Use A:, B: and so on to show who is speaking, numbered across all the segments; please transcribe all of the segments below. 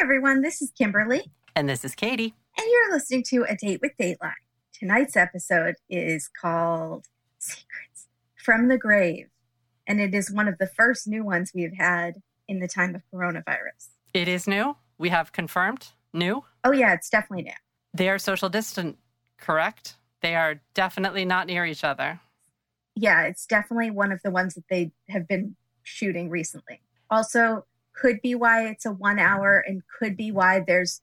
A: everyone. This is Kimberly,
B: And this is Katie.
A: and you're listening to A Date with Dateline. Tonight's episode is called Secrets from the Grave, and it is one of the first new ones we have had in the time of coronavirus.
B: It is new. We have confirmed new.
A: Oh, yeah, it's definitely now.
B: They are social distant, correct? They are definitely not near each other.
A: Yeah, it's definitely one of the ones that they have been shooting recently. Also, could be why it's a one hour and could be why there's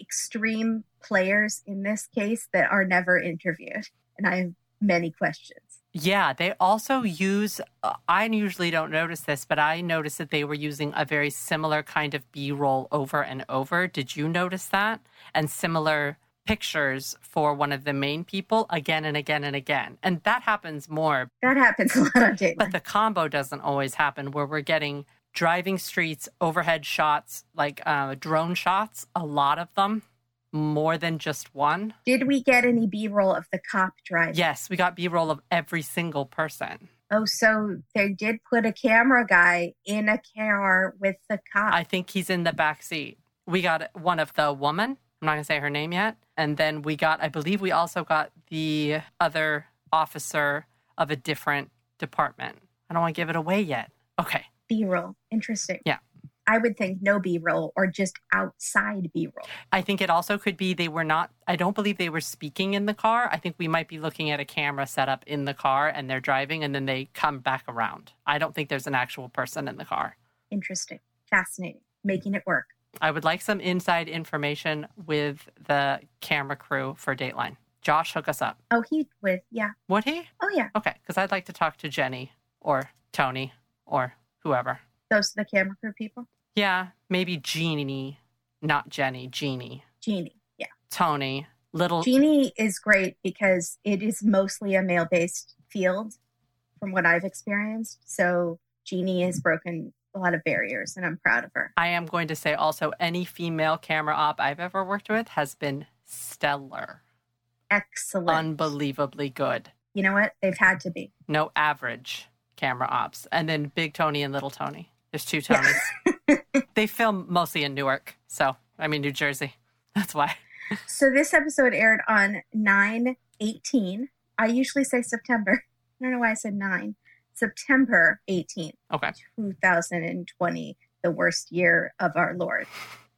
A: extreme players in this case that are never interviewed. And I have many questions.
B: Yeah, they also use. uh, I usually don't notice this, but I noticed that they were using a very similar kind of B roll over and over. Did you notice that? And similar pictures for one of the main people again and again and again. And that happens more
A: That happens a lot on Dateline.
B: But the combo doesn't always happen where we're getting driving streets, overhead shots, like uh, drone shots, a lot of them, more than just one.
A: Did we get any B roll of the cop drive?
B: Yes, we got B roll of every single person.
A: Oh, so they did put a camera guy in a car with the cop.
B: I think he's in the back seat. We got one of the woman. I'm not going to say her name yet. And then we got, I believe we also got the other officer of a different department. I don't want to give it away yet. Okay.
A: B roll. Interesting.
B: Yeah.
A: I would think no B roll or just outside B roll.
B: I think it also could be they were not, I don't believe they were speaking in the car. I think we might be looking at a camera set up in the car and they're driving and then they come back around. I don't think there's an actual person in the car.
A: Interesting. Fascinating. Making it work.
B: I would like some inside information with the camera crew for Dateline. Josh, hook us up.
A: Oh, he would. Yeah.
B: Would he?
A: Oh, yeah.
B: Okay, because I'd like to talk to Jenny or Tony or whoever.
A: Those are the camera crew people.
B: Yeah, maybe Jeannie, not Jenny, Jeannie,
A: Jeannie. Yeah.
B: Tony, little.
A: Jeannie is great because it is mostly a male based field from what I've experienced. So Jeannie has broken a lot of barriers and I'm proud of her.
B: I am going to say also any female camera op I've ever worked with has been stellar,
A: Excellent.
B: unbelievably good.
A: you know what? They've had to be.
B: No average camera ops. And then Big Tony and Little Tony. There's two
A: Yeah.
B: Tonys. they film mostly in Newark. So, I mean, New Jersey. That's why.
A: So this episode aired on 9 18. I usually say September. I don't know why I said 9. September 18th,
B: Okay.
A: 2020, the worst year of our Lord.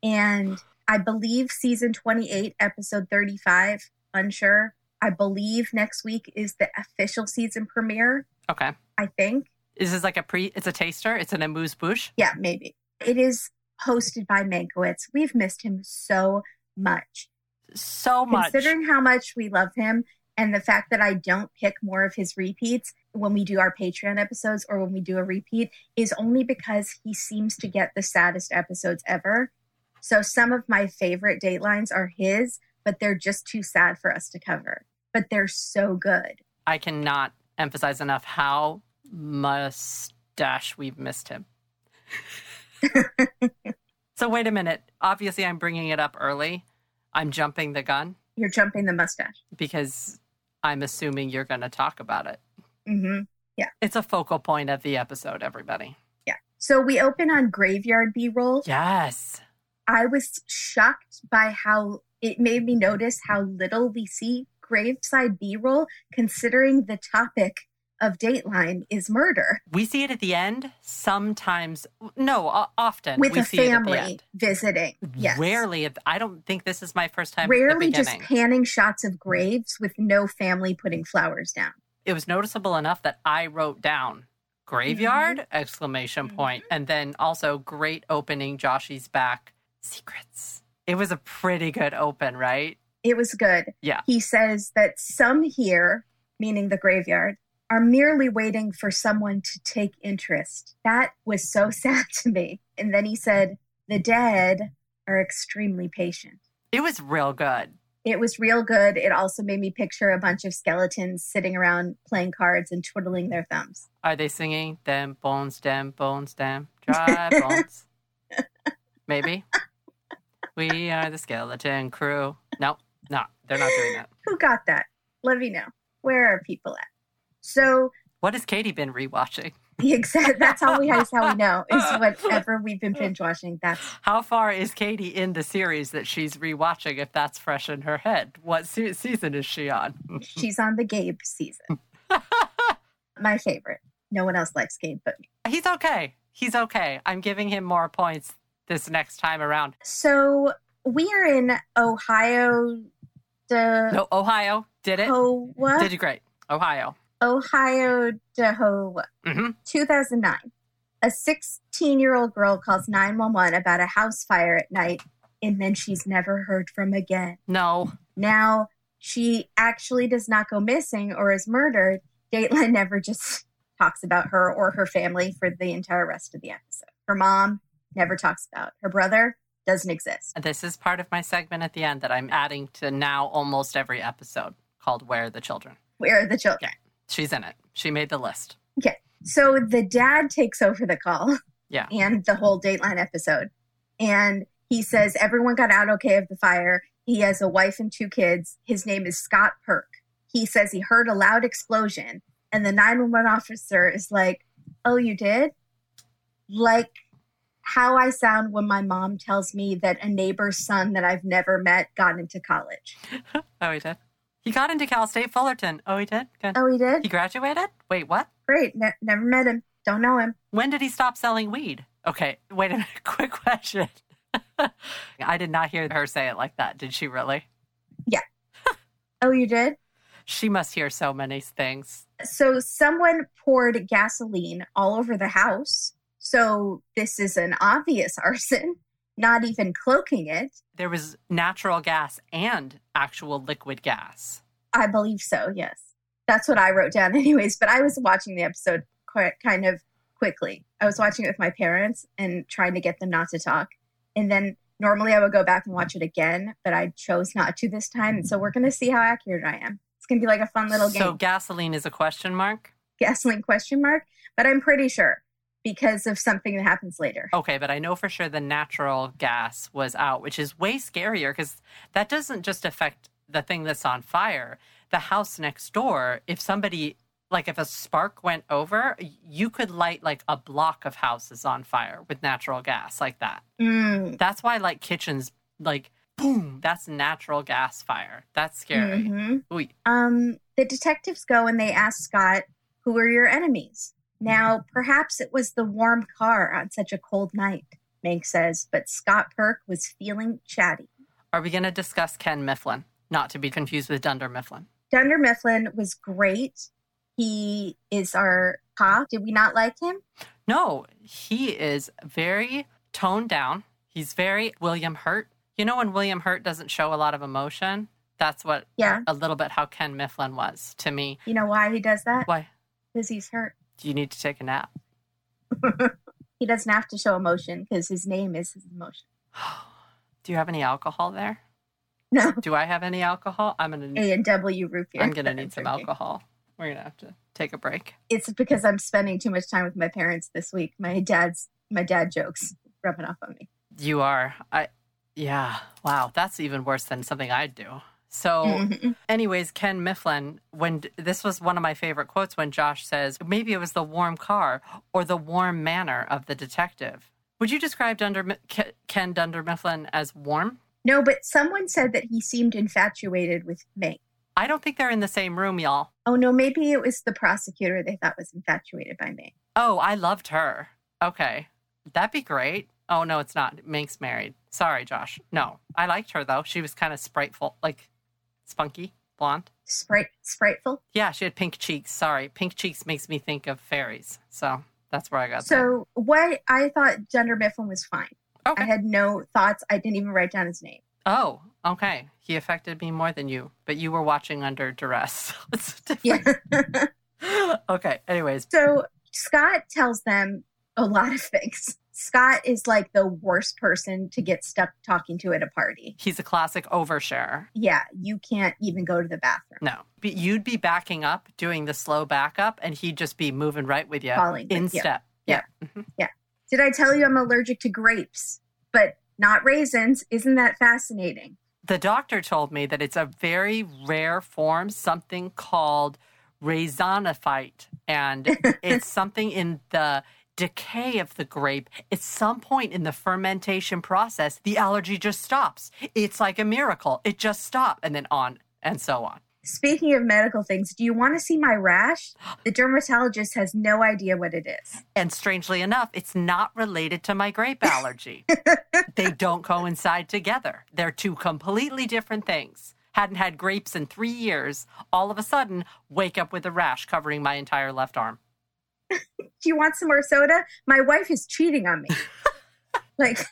A: And I believe season 28, episode 35, unsure. I believe next week is the official season premiere,
B: Okay.
A: I think.
B: This is like a pre, it's a taster. It's an amuse bouche.
A: Yeah, maybe. It is hosted by Mankiewicz. We've missed him so much.
B: So much.
A: Considering how much we love him and the fact that I don't pick more of his repeats when we do our Patreon episodes or when we do a repeat is only because he seems to get the saddest episodes ever. So some of my favorite datelines are his, but they're just too sad for us to cover. But they're so good.
B: I cannot emphasize enough how mustache we've missed him. so wait a minute. Obviously, I'm bringing it up early. I'm jumping the gun
A: You're jumping the mustache.
B: because I'm assuming you're going to talk about it.
A: hmm
B: It's a focal point of the episode, everybody.
A: So we open on graveyard B roll.
B: Yes.
A: I was shocked by how it made me notice how little we see graveside B roll, considering the topic of Dateline is murder
B: We see it at the end sometimes. No, o- often
A: with
B: we
A: a
B: see it at the
A: family
B: end.
A: visiting. Yes.
B: Rarely, at- I don't think this is my first time. at the
A: Rarely just
B: beginning.
A: panning shots of graves with no family putting flowers down.
B: it was noticeable enough that I wrote down graveyard exclamation point, and then also great opening Joshy's back secrets. It was a pretty good open, right?
A: It was good.
B: Yeah.
A: He says that some here, meaning the graveyard, are merely waiting for someone to take interest. That was so sad to me. And then he said, the dead are extremely patient.
B: It was real good.
A: It was real good. It also made me picture a bunch of skeletons sitting around playing cards and twiddling their thumbs.
B: Are they singing them bones, them bones, them dry bones? Maybe. We are the skeleton crew. No, no, they're not doing that.
A: Who got that? Let me know. Where are people at? So
B: What has Katie been rewatching?
A: The exact that's how we that's how we know is whatever we've been binge watching. That's
B: How far is Katie in the series that she's rewatching if that's fresh in her head? What se- season is she on?
A: she's on the Gabe season. My favorite. No one else likes Gabe but me.
B: He's okay. He's okay. I'm giving him more points this next time around.
A: So we are in Ohio. De-
B: No, Ohio did it.
A: Hoa-
B: Did you great? Ohio.
A: Ohio, Dehoe,
B: hmm
A: 2009. A 16 year old girl calls 911 about a house fire at night, and then she's never heard from again.
B: No.
A: Now, she actually does not go missing or is murdered. Dateline never just talks about her or her family for the entire rest of the episode. Her mom never talks about. Her brother doesn't exist.
B: This is part of my segment at the end that I'm adding to now almost every episode called Where Are the Children?
A: Where are the children?
B: She's in it. She made the list.
A: So the dad takes over the call.
B: Yeah.
A: And the whole Dateline episode. And he says everyone got out okay of the fire. He has a wife and two kids. His name is Scott Perk. He says he heard a loud explosion. And the 911 officer is like, Oh, you did? Like how I sound when my mom tells me that a neighbor's son that I've never met got into college.
B: Oh, he did. He got into Cal State Fullerton. Oh, he did? Good.
A: Oh, he
B: He
A: did?
B: graduated? Wait, what?
A: Great. Ne- never met him. Don't know him.
B: When did he stop selling weed? Okay, wait a minute. Quick question. I did not hear her say it like that. Did she really?
A: Oh, you did?
B: She must hear so many things.
A: so someone poured gasoline all over the house. So this is an obvious arson, not even cloaking it.
B: There was natural gas and actual liquid gas.
A: I believe so, yes. That's what I wrote down, anyways. But I was watching the episode quite, kind of quickly. I was watching it with my parents and trying to get them not to talk. And then normally I would go back and watch it again, but I chose not to this time. And so we're going to see how accurate I am. It's going to be like a fun little game.
B: So gasoline is a question mark?
A: gasoline question mark but i'm pretty sure because of something that happens later
B: Okay, but I know for sure the natural gas was out, which is way scarier because that doesn't just affect the thing that's on fire. The house next door, if somebody, like if a spark went over, y- you could light like a block of houses on fire with natural gas like that.
A: Mm,
B: That's why, like, kitchens, like, boom, that's natural gas fire. That's scary.
A: mhm.
B: Ooh,
A: um the detectives go and they ask scott who are your enemies
B: Mm-hmm.
A: now perhaps it was the warm car on such a cold night mank says but scott perk was feeling chatty
B: Are we going to discuss Ken Mifflin? Not to be confused with Dunder Mifflin.
A: dunder mifflin was great he is our cop did we not like him
B: No, he is very toned down. He's very William Hurt. You know, when William Hurt doesn't show a lot of emotion, that's what
A: Yeah.
B: a little bit how Ken Mifflin was to me.
A: you know why he does that
B: Why?
A: because he's hurt
B: Do you need to take a nap?
A: he doesn't have to show emotion because his name is his emotion
B: Do you have any alcohol there?
A: no
B: Do I have any alcohol? I'm gonna need,
A: A and W root beer.
B: I'm gonna
A: that
B: need some
A: drinking.
B: alcohol. We're gonna have to take a break.
A: It's because I'm spending too much time with my parents this week. My dad's my dad jokes rubbing off on me.
B: You are I yeah. Wow, that's even worse than something I'd do. So
A: Mhm.
B: Anyways, Ken Mifflin, when this was one of my favorite quotes when Josh says, maybe it was the warm car or the warm manner of the detective. Would you describe Dunder, Mi- Ke- Ken Dunder Mifflin as warm?
A: No, but someone said that he seemed infatuated with May.
B: I don't think they're in the same room, y'all.
A: Oh no, maybe it was the prosecutor they thought was infatuated by May.
B: Oh, I loved her. Okay. That'd be great. Oh, no, it's not. Mink's married. Sorry, Josh. No, I liked her though. She was kind of spriteful, like spunky, blonde.
A: Sprite, spriteful.
B: Yeah, she had pink cheeks. Sorry. Pink cheeks makes me think of fairies. So that's where I got that.
A: So what I thought Dunder Mifflin was fine.
B: Okay.
A: I had no thoughts. I didn't even write down his name.
B: Oh, okay. He affected me more than you, but you were watching under duress. it's
A: Yeah.
B: different. okay. Anyways,
A: So Scott tells them a lot of things. Scott is like the worst person to get stuck talking to at a party.
B: he's a classic oversharer.
A: Yeah, you can't even go to the bathroom.
B: No, but you'd be backing up, doing the slow backup, and he'd just be moving right with you
A: Falling,
B: in
A: yeah.
B: step.
A: Yeah. Did I tell you I'm allergic to grapes, but not raisins? Isn't that fascinating?
B: The doctor told me that it's a very rare form, something called raisinophyte, and it's something in the decay of the grape. At some point in the fermentation process, the allergy just stops. It's like a miracle. It just stopped, and then on and so on.
A: Speaking of medical things, do you want to see my rash? The dermatologist has no idea what it is.
B: And strangely enough, it's not related to my grape allergy. they don't coincide together. They're two completely different things. Hadn't had grapes in three years. All of a sudden, wake up with a rash covering my entire left arm.
A: do you want some more soda? My wife is cheating on me. like,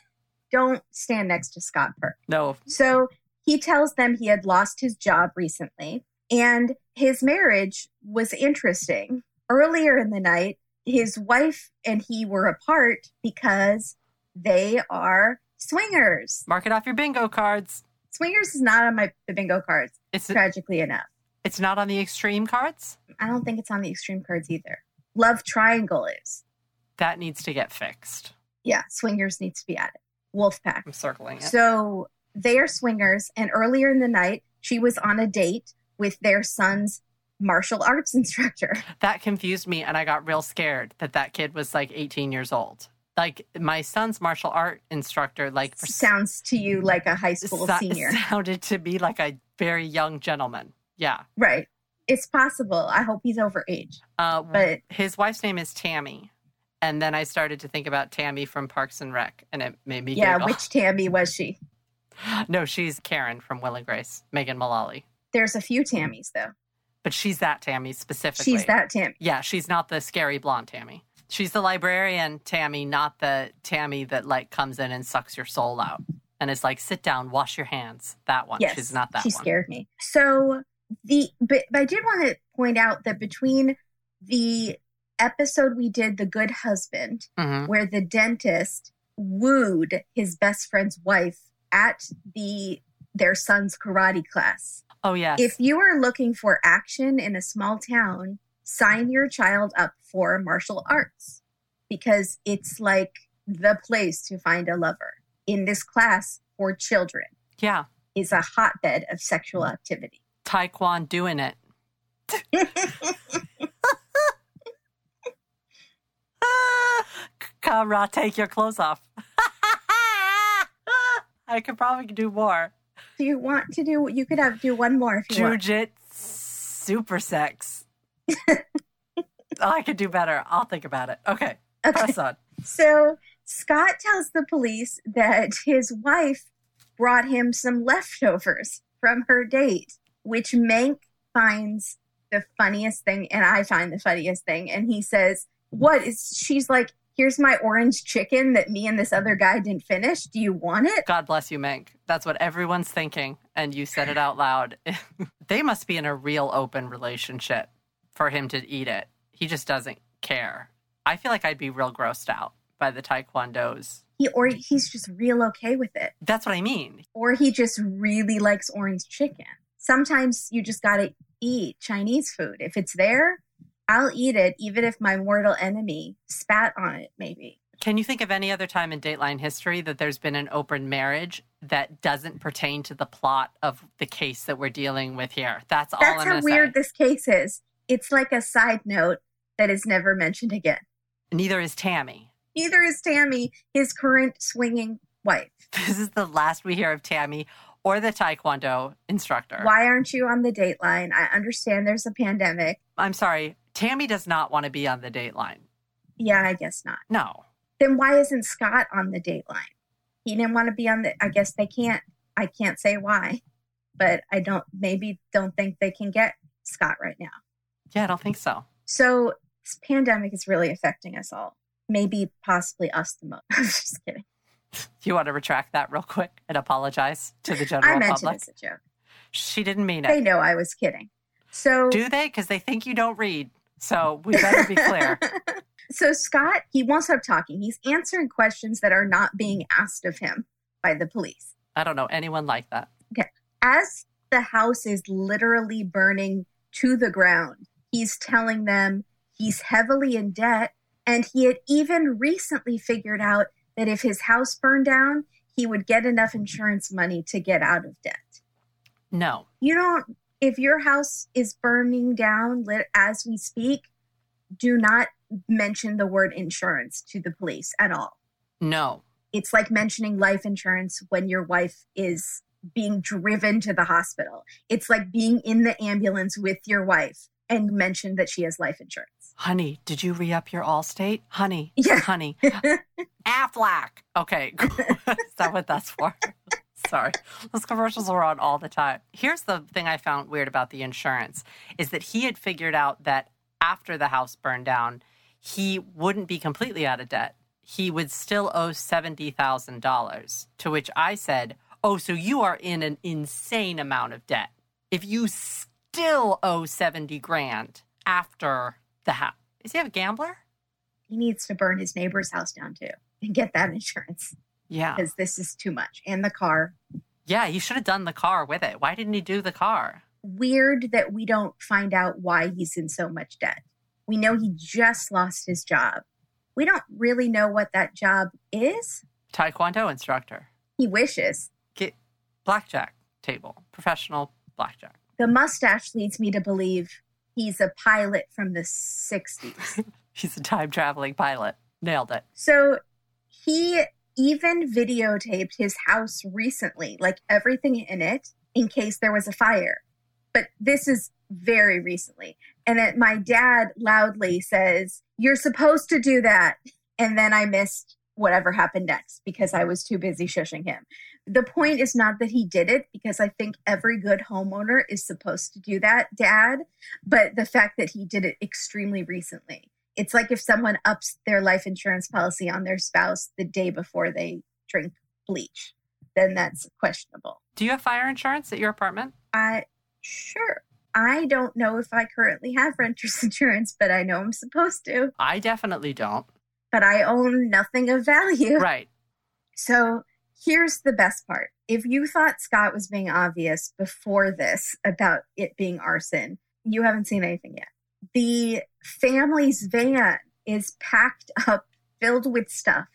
A: don't stand next to Scott Perk.
B: No.
A: So he tells them he had lost his job recently and his marriage was interesting. Earlier in the night, his wife and he were apart because they are swingers.
B: Mark it off your bingo cards.
A: Swingers is not on my the bingo cards,
B: It's
A: tragically enough.
B: it's not on the extreme cards.
A: I don't think it's on the extreme cards either. Love triangle is.
B: That needs to get fixed.
A: Yeah, swingers needs to be added. Wolfpack.
B: I'm circling it.
A: So they are swingers, and earlier in the night, she was on a date with their son's martial arts instructor.
B: that confused me and I got real scared that that kid was like 18 years old. Like my son's martial art instructor like for Mm.
A: Sounds to you like a high school
B: so-
A: senior,
B: sounded to be like a very young gentleman. Yeah.
A: right? It's possible. I hope he's over age,
B: Uh,
A: but
B: his wife's name is Tammy. And then I started to think about Tammy from Parks and Rec and it made me
A: yeah,
B: giggle.
A: which Tammy was she?
B: no, she's Karen from Will and Grace, Megan Mullally.
A: There's a few Tammys though.
B: But she's that Tammy specifically.
A: She's that Tammy.
B: Yeah, she's not the scary blonde Tammy. She's the librarian Tammy, not the Tammy that like comes in and sucks your soul out and is like, sit down, wash your hands. That one.
A: Yes,
B: she's not that
A: she
B: one.
A: scared me. So the but, but I did want to point out that between the episode we did, the Good Husband,
B: Mhm.
A: where the dentist wooed his best friend's wife at the their son's karate class.
B: Oh, yes.
A: If you are looking for action in a small town, sign your child up for martial arts because it's like the place to find a lover. In this class for children
B: yeah.
A: is a hotbed of sexual activity.
B: Taekwondo doing it. Ah, Kamra, take your clothes off. I could probably do more.
A: Do you want to do you could have do one more if you want.
B: Jujit super sex. oh, I could do better. I'll think about it. Okay. Press on.
A: So Scott tells the police that his wife brought him some leftovers from her date, which Mank finds the funniest thing, and I find the funniest thing. And he says, What is she's like, here's my orange chicken that me and this other guy didn't finish. Do you want it?
B: God bless you, Mank. That's what everyone's thinking. And you said it out loud. they must be in a real open relationship for him to eat it. He just doesn't care. I feel like I'd be real grossed out by the taekwondos.
A: He or he's just real okay with it.
B: That's what I mean.
A: Or he just really likes orange chicken. Sometimes you just gotta eat Chinese food. If it's there, I'll eat it, even if my mortal enemy spat on it, maybe.
B: Can you think of any other time in Dateline history that there's been an open marriage that doesn't pertain to the plot of the case that we're dealing with here? That's all
A: That's
B: I'm
A: how
B: gonna
A: weird
B: say.
A: this case is. It's like a side note that is never mentioned again.
B: Neither is Tammy.
A: Neither is Tammy, his current swinging wife.
B: This is the last we hear of Tammy or the taekwondo instructor.
A: Why aren't you on the dateline? I understand there's a pandemic.
B: I'm sorry, Tammy does not want to be on the dateline.
A: Yeah, I guess not.
B: No.
A: Then why isn't Scott on the dateline? He didn't want to be on the I guess they can't. I can't say why. But I don't maybe don't think they can get Scott right now.
B: Yeah, I don't think so.
A: So this pandemic is really affecting us all. Maybe possibly us the most. I'm just kidding.
B: You want to retract that real quick and apologize to the
A: I
B: general
A: mentioned
B: public?
A: it's a joke.
B: She didn't mean
A: They
B: it.
A: know I was kidding. So
B: Do they? Because they think you don't read. So we better be clear.
A: so Scott, he won't stop talking. He's answering questions that are not being asked of him by the police.
B: I don't know anyone like that.
A: As the house is literally burning to the ground, he's telling them he's heavily in debt and he had even recently figured out that if his house burned down, he would get enough insurance money to get out of debt.
B: No.
A: You don't if your house is burning down lit as we speak, do not mention the word insurance to the police at all.
B: No.
A: It's like mentioning life insurance when your wife is being driven to the hospital. It's like being in the ambulance with your wife and mention that she has life insurance.
B: Honey, did you re up your Allstate? Honey.
A: Yeah.
B: Honey. Aflac. Okay. Is that what that's for? Sorry. Those commercials are on all the time. Here's the thing I found weird about the insurance is that he had figured out that after the house burned down, he wouldn't be completely out of debt. He would still owe $70,000, to which I said, Oh, so you are in an insane amount of debt. If you still owe 70 grand after the house, is he a gambler?
A: He needs to burn his neighbor's house down too and get that insurance
B: Yeah.
A: because this is too much. And the car.
B: Yeah, he should have done the car with it. Why didn't he do the car?
A: Weird that we don't find out why he's in so much debt. We know he just lost his job. We don't really know what that job is.
B: Taekwondo instructor,
A: He wishes.
B: Get blackjack table, professional blackjack.
A: The mustache leads me to believe he's a pilot from the 60s.
B: He's a time traveling pilot. Nailed it.
A: So he even videotaped his house recently, like everything in it, in case there was a fire. But this is very recently. And it, my dad loudly says, You're supposed to do that. And then I missed whatever happened next because I was too busy shushing him. The point is not that he did it, because I think every good homeowner is supposed to do that, dad. But the fact that he did it extremely recently it's like if someone ups their life insurance policy on their spouse the day before they drink bleach, then that's questionable.
B: Do you have fire insurance at your apartment?
A: I sure. I don't know if I currently have renter's insurance, but I know I'm supposed to.
B: I definitely don't.
A: But I own nothing of value.
B: Right.
A: So here's the best part. If you thought Scott was being obvious before this about it being arson, you haven't seen anything yet. The family's van is packed up, filled with stuff,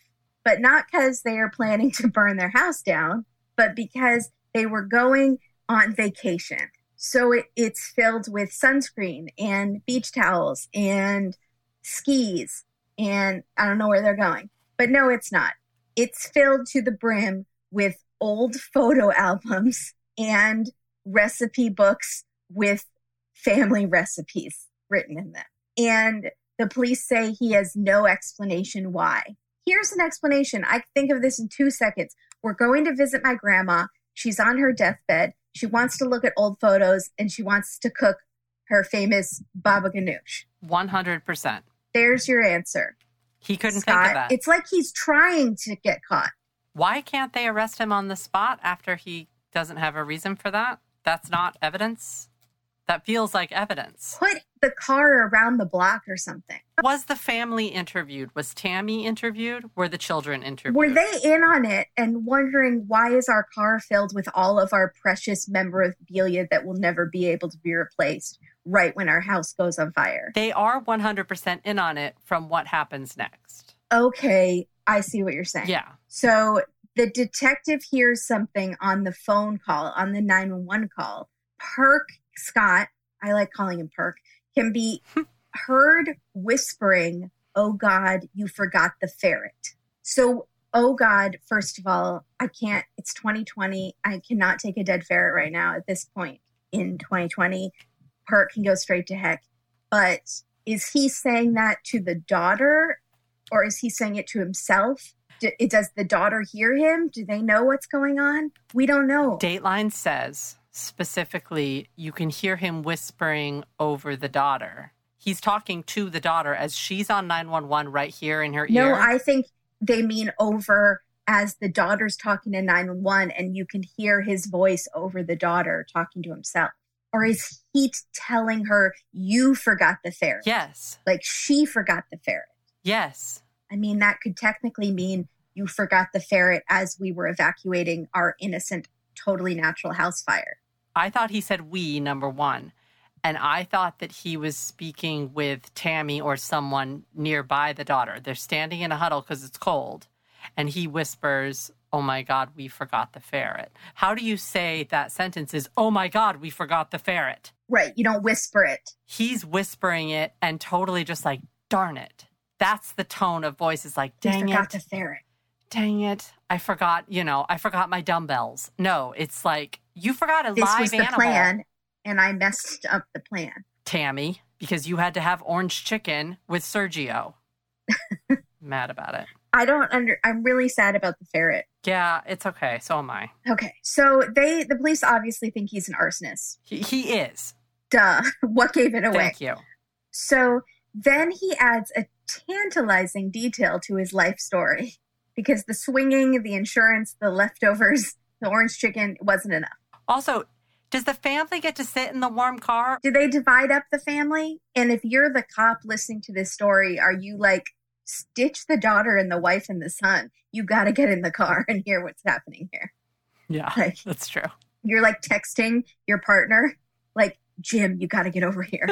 A: but not because they are planning to burn their house down, but because they were going on vacation. So it, it's filled with sunscreen and beach towels and skis. And I don't know where they're going, but no, it's not it's filled to the brim with old photo albums and recipe books with family recipes written in them. And the police say he has no explanation why. Here's an explanation. I can think of this in two seconds. We're going to visit my grandma. She's on her deathbed. She wants to look at old photos and she wants to cook her famous baba ganoush.
B: 100%.
A: There's your answer.
B: He couldn't
A: Scott.
B: think of that.
A: It's like he's trying to get caught.
B: Why can't they arrest him on the spot after he doesn't have a reason for that? That's not evidence. That feels like evidence.
A: put the car around the block or something.
B: Was the family interviewed? Was Tammy interviewed? Were the children interviewed?
A: Were they in on it and wondering why is our car filled with all of our precious memorabilia that will never be able to be replaced right when our house goes on fire?
B: They are 100% in on it from what happens next.
A: Okay, I see what you're saying.
B: Yeah.
A: So the detective hears something on the phone call, on the 911 call. Perk Scott, I like calling him Perk, can be heard whispering, Oh God, you forgot the ferret. So, oh God, first of all, I can't, it's 2020. I cannot take a dead ferret right now at this point in 2020. Perk can go straight to heck. But is he saying that to the daughter or is he saying it to himself? D- it- does the daughter hear him? Do they know what's going on? We don't know.
B: Dateline says specifically, you can hear him whispering over the daughter. He's talking to the daughter as she's on 911 right here in her
A: No,
B: ear.
A: I think they mean over as the daughter's talking to 911 and you can hear his voice over the daughter talking to himself. Or is he t- telling her, you forgot the ferret?
B: yes.
A: Like she forgot the ferret.
B: Yes.
A: I mean, that could technically mean you forgot the ferret as we were evacuating our innocent, totally natural house fire.
B: I thought he said we, number one. And I thought that he was speaking with Tammy or someone nearby the daughter. They're standing in a huddle because it's cold. And he whispers, oh my God, we forgot the ferret. How do you say that sentence is, oh my God, we forgot the ferret?
A: Right. You don't whisper it.
B: He's whispering it and totally just like, darn it. That's the tone of voice. It's like,
A: You
B: dang
A: forgot
B: it,
A: the ferret.
B: dang it. I forgot, you know, I forgot my dumbbells. No, it's like, you forgot a
A: This
B: live
A: was the
B: animal.
A: plan, and I messed up the plan.
B: Tammy, because you had to have orange chicken with Sergio. Mad about it.
A: I don't under. I'm really sad about the ferret.
B: Yeah, it's okay. So am I.
A: Okay, so they the police obviously think he's an arsonist.
B: He, he is.
A: Duh. What gave it away?
B: Thank you.
A: So then he adds a tantalizing detail to his life story because the swinging, the insurance, the leftovers, the orange chicken wasn't enough.
B: Also, does the family get to sit in the warm car?
A: Do they divide up the family? And if you're the cop listening to this story, are you like, stitch the daughter and the wife and the son? You got to get in the car and hear what's happening here.
B: Yeah,
A: Like,
B: that's true.
A: you're like texting your partner, like, Jim, you got to get over here.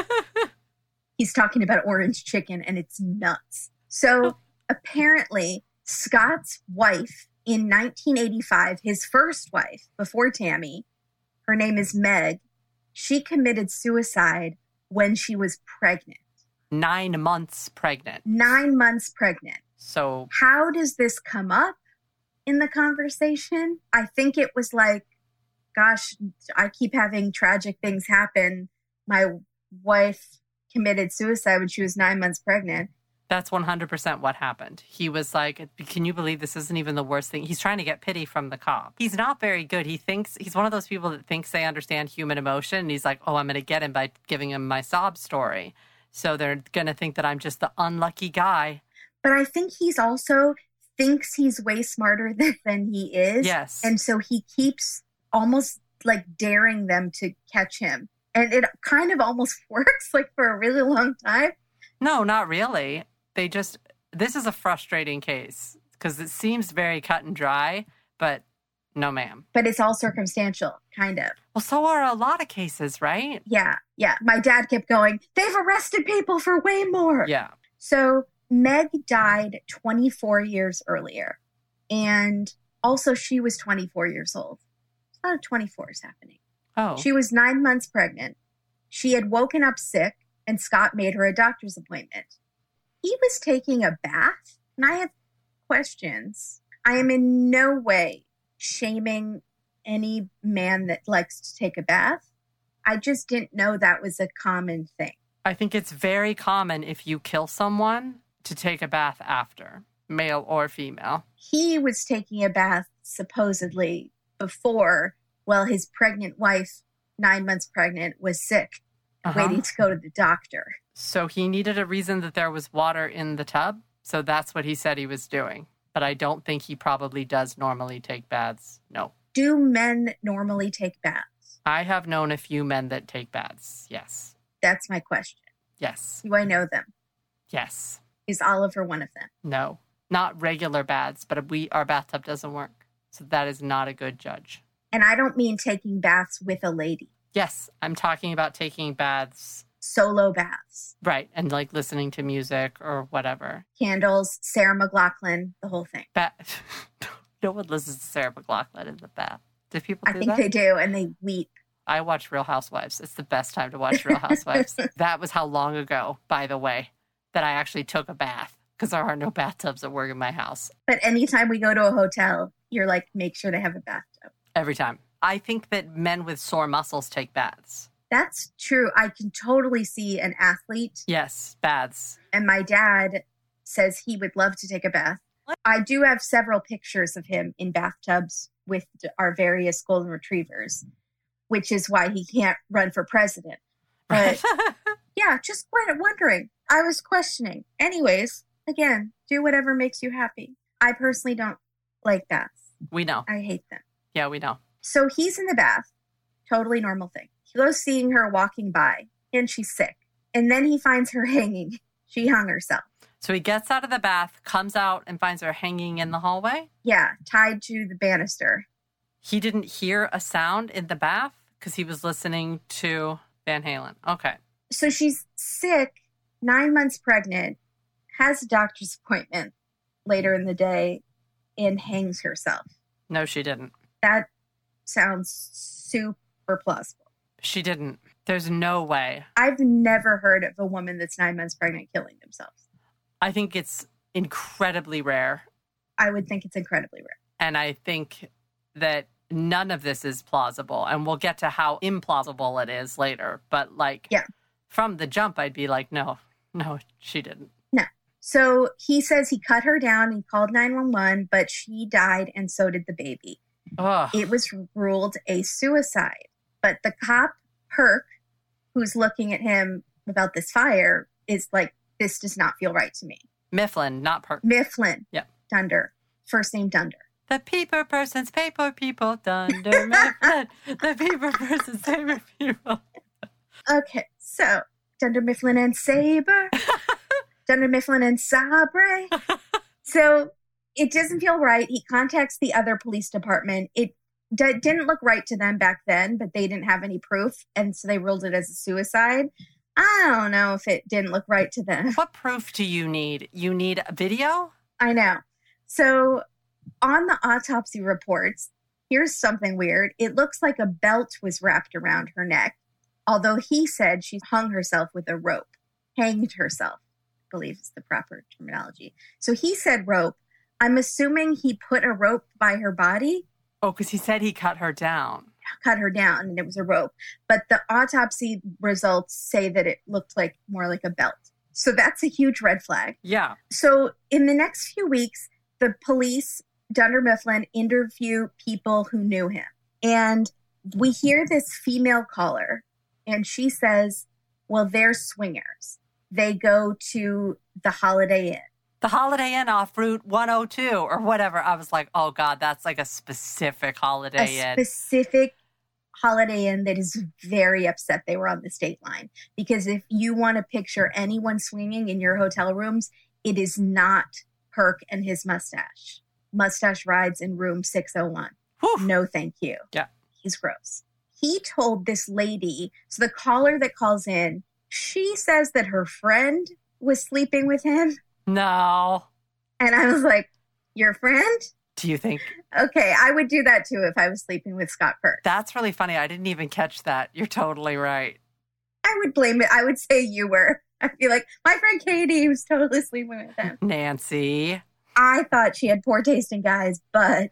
A: He's talking about orange chicken and it's nuts. So apparently, Scott's wife in 1985, his first wife before Tammy, her name is Meg, she committed suicide when she was pregnant,
B: Nine months pregnant.
A: nine months pregnant.
B: So,
A: How does this come up in the conversation? I think it was like, gosh, I keep having tragic things happen. My wife committed suicide when she was nine months pregnant.
B: That's 100% what happened. He was like, Can you believe this isn't even the worst thing? He's trying to get pity from the cop. He's not very good. He thinks he's one of those people that thinks they understand human emotion. And he's like, Oh, I'm going to get him by giving him my sob story. So they're going to think that I'm just the unlucky guy.
A: But I think he's also thinks he's way smarter than, than he is.
B: Yes.
A: And so he keeps almost like daring them to catch him. And it kind of almost works like for a really long time.
B: No, not really. They just, this is a frustrating case because it seems very cut and dry, but no, ma'am.
A: But it's all circumstantial, kind of.
B: Well, so are a lot of cases, right?
A: Yeah, yeah. My dad kept going, they've arrested people for way more.
B: Yeah.
A: So Meg died 24 years earlier. And also, she was 24 years old. A lot of 24s happening.
B: Oh,
A: She was nine months pregnant. She had woken up sick, and Scott made her a doctor's appointment. He was taking a bath, and I have questions. I am in no way shaming any man that likes to take a bath. I just didn't know that was a common thing.
B: I think it's very common if you kill someone to take a bath after, male or female.
A: He was taking a bath supposedly before, well, his pregnant wife, nine months pregnant, was sick,
B: Uh-huh.
A: waiting to go to the doctor.
B: So he needed a reason that there was water in the tub. So that's what he said he was doing. But I don't think he probably does normally take baths. No.
A: Do men normally take baths?
B: I have known a few men that take baths. Yes.
A: That's my question.
B: Yes.
A: Do I know them?
B: Yes.
A: Is Oliver one of them?
B: No. Not regular baths, but we our bathtub doesn't work. So that is not a good judge.
A: And I don't mean taking baths with a lady,
B: Yes, I'm talking about taking baths,
A: solo baths,
B: right, and like listening to music or whatever.
A: candles, Sarah McLaughlin, the whole thing.
B: Ba- no one listens to Sarah McLaughlin in the bath. Do people
A: I
B: do
A: think
B: that?
A: they do, and they weep.
B: I watch Real Housewives. It's the best time to watch Real Housewives. that was how long ago, by the way, that I actually took a bath because there are no bathtubs that work in my house.
A: But anytime we go to a hotel, you're like, make sure they have a bathtub.
B: Every time. I think that men with sore muscles take baths.
A: That's true. I can totally see an athlete.
B: Yes, baths.
A: And my dad says he would love to take a bath. I do have several pictures of him in bathtubs with our various golden retrievers, which is why he can't run for president. But
B: Right.
A: yeah, just quite wondering. I was questioning. Anyways, again, do whatever makes you happy. I personally don't like baths.
B: we know.
A: I hate them.
B: Yeah, we know.
A: So he's in the bath, totally normal thing. He goes seeing her walking by, and she's sick. And then he finds her hanging. She hung herself.
B: So he gets out of the bath, comes out, and finds her hanging in the hallway.
A: Yeah, tied to the banister.
B: He didn't hear a sound in the bath because he was listening to Van Halen. Okay.
A: So she's sick, nine months pregnant, has a doctor's appointment later in the day, and hangs herself.
B: No, she didn't.
A: That sounds super plausible.
B: She didn't. There's no way.
A: I've never heard of a woman that's nine months pregnant killing themselves.
B: I think it's incredibly rare.
A: I would think it's incredibly rare.
B: And I think that none of this is plausible. And we'll get to how implausible it is later. But like,
A: Yeah.
B: from the jump, I'd be like, no, no, she didn't.
A: So he says he cut her down and called 911, but she died and so did the baby.
B: Ugh.
A: It was ruled a suicide. But the cop, Herc, who's looking at him about this fire, is like, this does not feel right to me.
B: Mifflin, not per.
A: Mifflin.
B: Yeah.
A: Dunder. First name Dunder.
B: The paper person's paper people, Dunder Mifflin. the paper person's paper people.
A: Okay, so Dunder Mifflin and Saber, Dunder Mifflin and Sabre. so it doesn't feel right. He contacts the other police department. It d- didn't look right to them back then, but they didn't have any proof, and so they ruled it as a suicide. I don't know if it didn't look right to them.
B: What proof do you need? You need a video?
A: I know. So on the autopsy reports, here's something weird. It looks like a belt was wrapped around her neck, although he said she hung herself with a rope, hanged herself, I believe is the proper terminology. So he said rope. I'm assuming he put a rope by her body,
B: Oh, because he said he cut her down.
A: cut her down, and it was a rope. But the autopsy results say that it looked like more like a belt. So that's a huge red flag.
B: Yeah.
A: So, in the next few weeks, the police, Dunder Mifflin, interview people who knew him. And we hear this female caller, and she says, Well, they're swingers. They go to the Holiday Inn.
B: The Holiday Inn off Route 102 or whatever. I was like, oh God, that's like a specific Holiday
A: a
B: Inn.
A: specific Holiday Inn that is very upset they were on the state line. Because if you want to picture anyone swinging in your hotel rooms, it is not Herc and his mustache. Mustache rides in room 601.
B: Whew.
A: no thank you
B: Yeah.
A: he's gross he told this lady so the caller that calls in she says that her friend was sleeping with him
B: No.
A: and i was like your friend
B: Do you think
A: okay i would do that too if i was sleeping with scott kirk
B: that's really funny? I didn't even catch that. You're totally right.
A: i would blame it i would say you were i'd be like my friend katie was totally sleeping with him
B: Nancy.
A: i thought she had poor taste in guys but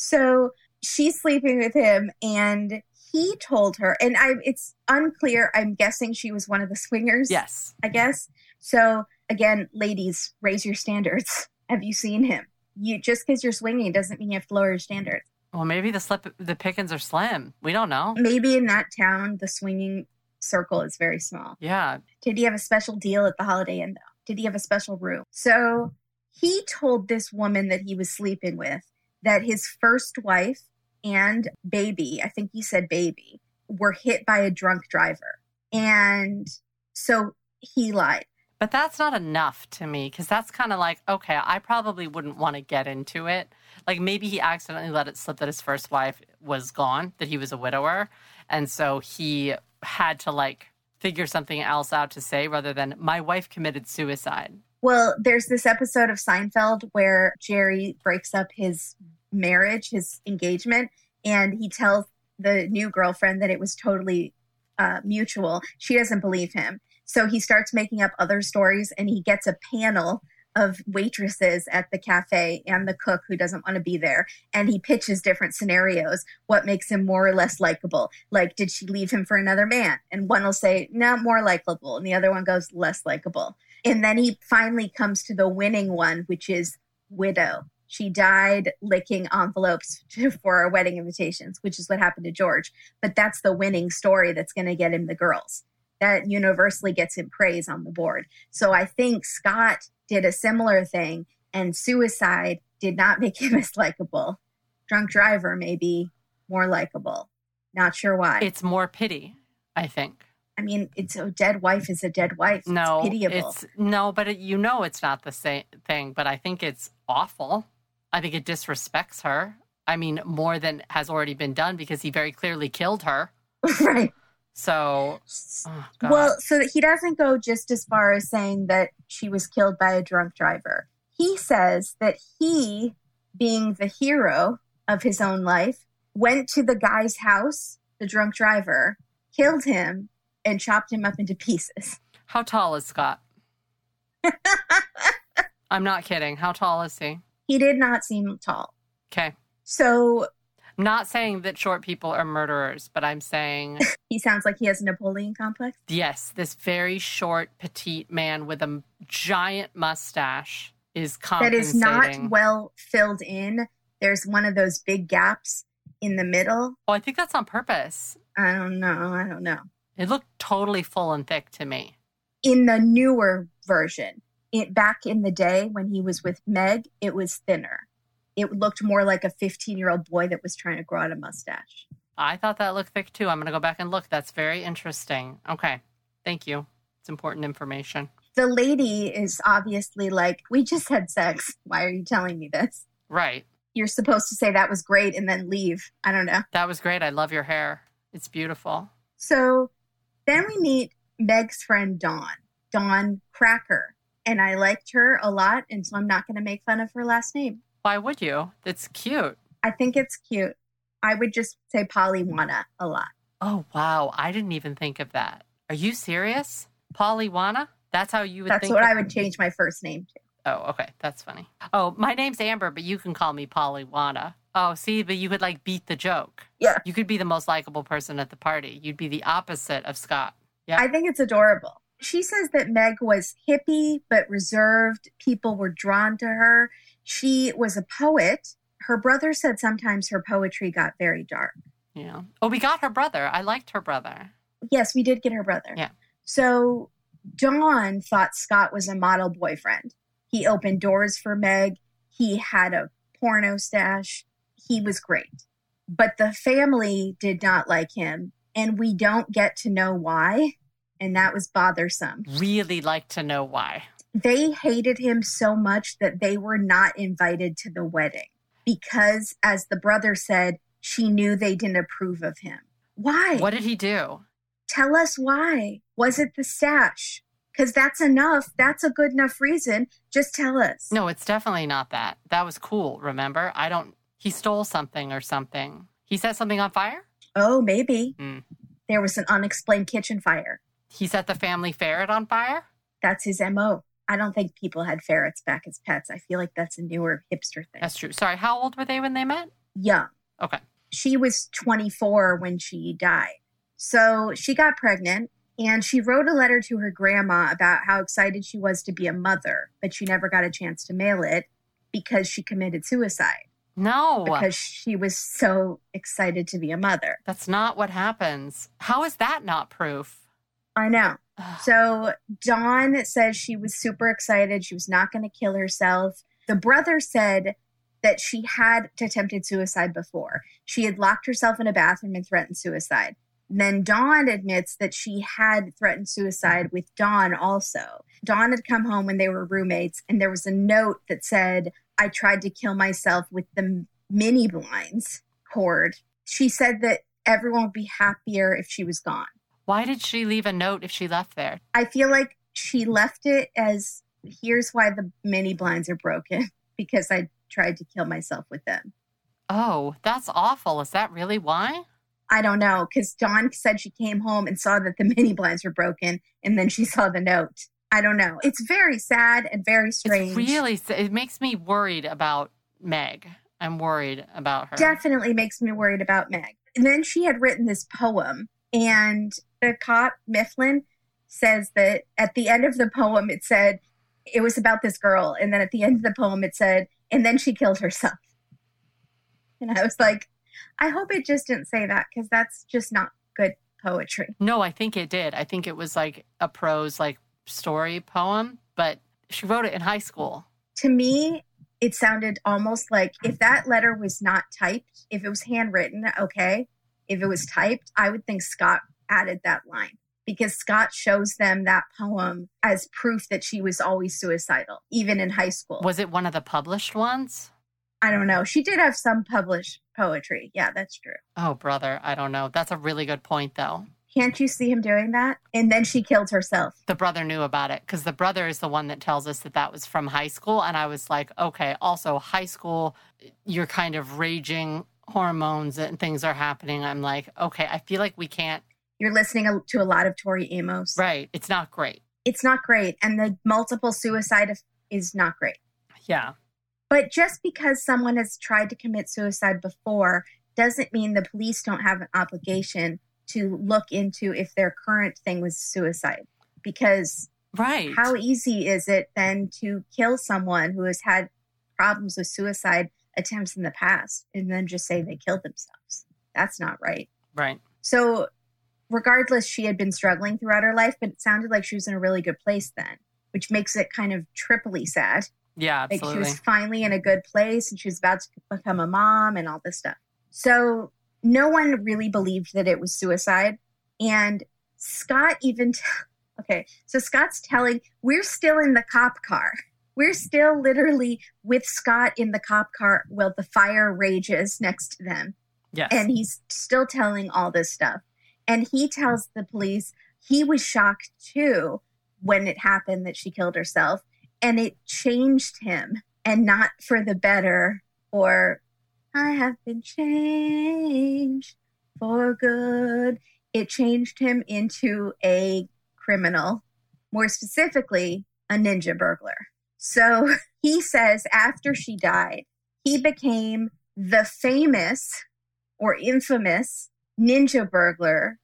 A: So she's sleeping with him, and he told her, and I it's unclear. I'm guessing she was one of the swingers.
B: yes.
A: I guess. So again, ladies, raise your standards. Have you seen him? You just because you're swinging doesn't mean you have to lower your standards.
B: Well, maybe the slip the pickings are slim. We don't know.
A: Maybe in that town, the swinging circle is very small.
B: Yeah.
A: Did he have a special deal at the Holiday Inn, though? Did he have a special room? So he told this woman that he was sleeping with that his first wife and baby, I think he said baby, were hit by a drunk driver. And so he lied.
B: But that's not enough to me because that's kind of like, okay, I probably wouldn't want to get into it. Like maybe he accidentally let it slip that his first wife was gone, that he was a widower. And so he had to like figure something else out to say rather than, my wife committed suicide.
A: Well, there's this episode of Seinfeld where Jerry breaks up his marriage, his engagement, and he tells the new girlfriend that it was totally uh, mutual. She doesn't believe him. So he starts making up other stories and he gets a panel of waitresses at the cafe and the cook who doesn't want to be there. And he pitches different scenarios. What makes him more or less likable? Like, did she leave him for another man? And one will say, no, more likable. And the other one goes, less likable. And then he finally comes to the winning one, which is widow. She died licking envelopes for our wedding invitations, which is what happened to George. But that's the winning story that's going to get him the girls. That universally gets him praise on the board. So I think Scott did a similar thing, and suicide did not make him as likable. Drunk driver, maybe more likable. Not sure why.
B: It's more pity, I think.
A: I mean, it's a dead wife is a dead wife.
B: No,
A: it's pitiable.
B: it's no, but it, you know it's not the same thing. But I think it's awful. I think it disrespects her. I mean, more than has already been done because he very clearly killed her.
A: right.
B: So, oh, God.
A: Well, so that he doesn't go just as far as saying that she was killed by a drunk driver. He says that he being the hero of his own life, went to the guy's house, the drunk driver, killed him, and chopped him up into pieces.
B: How tall is Scott? I'm not kidding. How tall is he?
A: He did not seem tall.
B: Okay.
A: So
B: I'm not saying that short people are murderers, but I'm saying
A: he sounds like he has a Napoleon complex.
B: yes, this very short, petite man with a m- giant mustache is
A: that
B: compensating.
A: is not well filled in. There's one of those big gaps in the middle.
B: oh, I think that's on purpose.
A: I don't know. I don't know.
B: It looked totally full and thick to me.
A: In the newer version, it back in the day when he was with Meg, it was thinner. It looked more like a 15 year old boy that was trying to grow out a mustache.
B: I thought that looked thick too. I'm going to go back and look. That's very interesting. Okay. Thank you. It's important information.
A: The lady is obviously like, We just had sex. Why are you telling me this?
B: Right.
A: You're supposed to say that was great and then leave. I don't know.
B: That was great. I love your hair. It's beautiful.
A: So then we meet Meg's friend Dawn, Dawn Cracker. And I liked her a lot. And so I'm not going to make fun of her last name.
B: Why would you? That's cute.
A: I think it's cute. I would just say Polywana a lot.
B: Oh, wow. I didn't even think of that. Are you serious? Polywana? That's how you would
A: That's
B: think.
A: what
B: of-
A: I would change my first name to.
B: Oh, okay. That's funny. Oh, my name's Amber, but you can call me Polywana. Oh, see, but you could like beat the joke.
A: Yeah.
B: You could be the most likable person at the party. You'd be the opposite of Scott. Yeah.
A: I think it's adorable. She says that Meg was hippie but reserved. People were drawn to her. She was a poet. Her brother said sometimes her poetry got very dark.
B: yeah. Oh, we got her brother. I liked her brother.
A: Yes, we did get her brother.
B: Yeah.
A: So Dawn thought Scott was a model boyfriend. He opened doors for Meg. He had a porno stash. He was great. But the family did not like him, and we don't get to know why. And that was bothersome.
B: Really like to know why.
A: They hated him so much that they were not invited to the wedding because, as the brother said, she knew they didn't approve of him. Why?
B: What did he do?
A: tell us why. Was it the stash? Because that's enough. That's a good enough reason. Just tell us.
B: No, it's definitely not that. That was cool, remember? I don't. He stole something or something. He set something on fire?
A: Oh, maybe.
B: Hmm.
A: There was an unexplained kitchen fire.
B: He set the family ferret on fire?
A: That's his MO. I don't think people had ferrets back as pets. I feel like that's a newer hipster thing.
B: That's true. Sorry, how old were they when they met?
A: Young.
B: Okay.
A: She was 24 when she died. So she got pregnant and she wrote a letter to her grandma about how excited she was to be a mother, but she never got a chance to mail it because she committed suicide.
B: No.
A: because she was so excited to be a mother.
B: That's not what happens. How is that not proof?
A: I know.
B: Ugh,
A: So Dawn says she was super excited. She was not going to kill herself. The brother said that she had attempted suicide before. She had locked herself in a bathroom and threatened suicide. Then Dawn admits that she had threatened suicide with Dawn also. Dawn had come home when they were roommates, and there was a note that said, I tried to kill myself with the mini blinds cord. She said that everyone would be happier if she was gone.
B: Why did she leave a note if she left there?
A: I feel like she left it as here's why the mini blinds are broken because I tried to kill myself with them.
B: Oh, that's awful. Is that really why?
A: I don't know because Dawn said she came home and saw that the mini blinds were broken and then she saw the note. I don't know. It's very sad and very strange.
B: It's really, s- it makes me worried about Meg. I'm worried about her.
A: definitely makes me worried about Meg. And then she had written this poem, and the cop, Mifflin, says that at the end of the poem, it said it was about this girl. And then at the end of the poem, it said, and then she killed herself. And I was like, I hope it just didn't say that because that's just not good poetry.
B: No, I think it did. I think it was like a prose, like story poem, but she wrote it in high school.
A: To me, it sounded almost like if that letter was not typed, if it was handwritten, okay. If it was typed, I would think Scott added that line because Scott shows them that poem as proof that she was always suicidal, even in high school.
B: Was it one of the published ones?
A: I don't know. She did have some published poetry. Yeah, that's true.
B: Oh, brother, I don't know. That's a really good point, though.
A: Can't you see him doing that? And then she killed herself.
B: The brother knew about it because the brother is the one that tells us that that was from high school. And I was like, okay, also high school, you're kind of raging hormones and things are happening. I'm like, okay, I feel like we can't.
A: You're listening to a lot of Tori Amos.
B: Right. It's not great.
A: It's not great. And the multiple suicide is not great.
B: Yeah.
A: But just because someone has tried to commit suicide before doesn't mean the police don't have an obligation to look into if their current thing was suicide. Because
B: right.
A: how easy is it then to kill someone who has had problems with suicide attempts in the past and then just say they killed themselves? That's not right.
B: Right.
A: So, regardless, she had been struggling throughout her life, but it sounded like she was in a really good place then, which makes it kind of triply sad.
B: Yeah, absolutely.
A: Like she was finally in a good place and she was about to become a mom and all this stuff. So no one really believed that it was suicide. And Scott even, t- okay, so Scott's telling, we're still in the cop car. We're still literally with Scott in the cop car while the fire rages next to them.
B: Yes.
A: And he's still telling all this stuff. And he tells the police he was shocked too when it happened that she killed herself and it changed him and not for the better or i have been changed for good it changed him into a criminal more specifically a ninja burglar so he says after she died he became the famous or infamous ninja burglar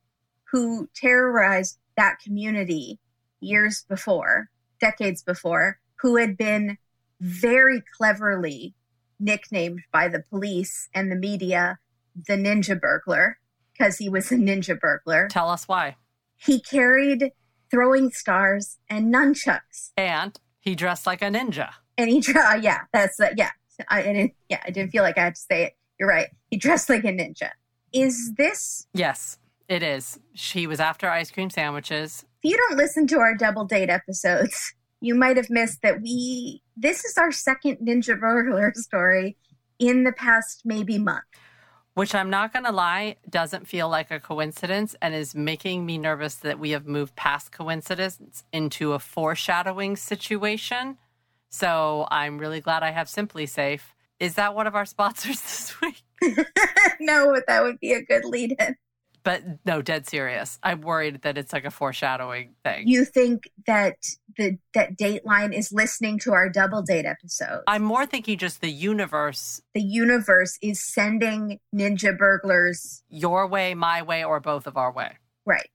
A: who terrorized that community years before decades before who had been very cleverly nicknamed by the police and the media the ninja burglar because he was a ninja burglar.
B: Tell us why.
A: He carried throwing stars and nunchucks.
B: And he dressed like a ninja.
A: And he, uh, yeah, that's, uh, yeah. I, and yeah, I didn't feel like I had to say it. You're right. He dressed like a ninja. Is this?
B: Yes, it is. She was after ice cream sandwiches.
A: If you don't listen to our double date episodes, you might have missed that we this is our second ninja burglar story in the past maybe month
B: which i'm not going to lie doesn't feel like a coincidence and is making me nervous that we have moved past coincidence into a foreshadowing situation so i'm really glad i have simply safe is that one of our sponsors this week
A: no that would be a good lead in
B: but no, dead serious. I'm worried that it's like a foreshadowing thing.
A: You think that the that Dateline is listening to our double date episode?
B: I'm more thinking just the universe.
A: The universe is sending ninja burglars
B: your way, my way, or both of our way.
A: Right,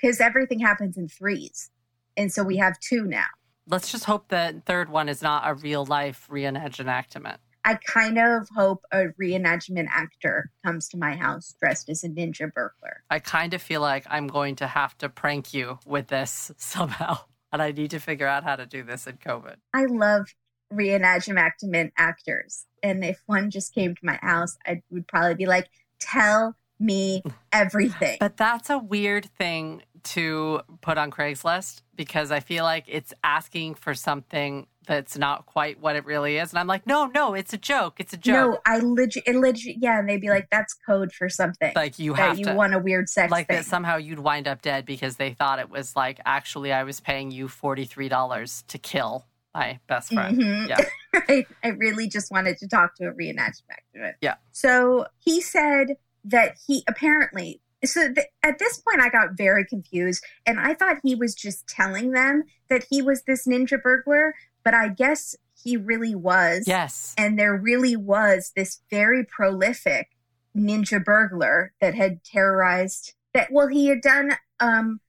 A: because everything happens in threes, and so we have two now.
B: Let's just hope the third one is not a real life reenactment.
A: I kind of hope a reenactment actor comes to my house dressed as a ninja burglar.
B: I kind of feel like I'm going to have to prank you with this somehow. And I need to figure out how to do this in COVID.
A: I love reenactment actors. And if one just came to my house, I would probably be like, tell me everything.
B: but that's a weird thing to put on Craigslist because I feel like it's asking for something that's not quite what it really is. And I'm like, no, no, it's a joke. It's a joke.
A: No, I legit, it legit, yeah. And they'd be like, that's code for something.
B: Like you have
A: you
B: to,
A: want a weird sex
B: like
A: thing.
B: that somehow you'd wind up dead because they thought it was like, actually, I was paying you $43 to kill my best friend.
A: Mhm.
B: Yeah.
A: I, I really just wanted to talk to a reenactment activist.
B: Yeah.
A: So he said that he apparently. So th- at this point, I got very confused, and I thought he was just telling them that he was this ninja burglar, but I guess he really was.
B: Yes.
A: And there really was this very prolific ninja burglar that had terrorized that well he had done um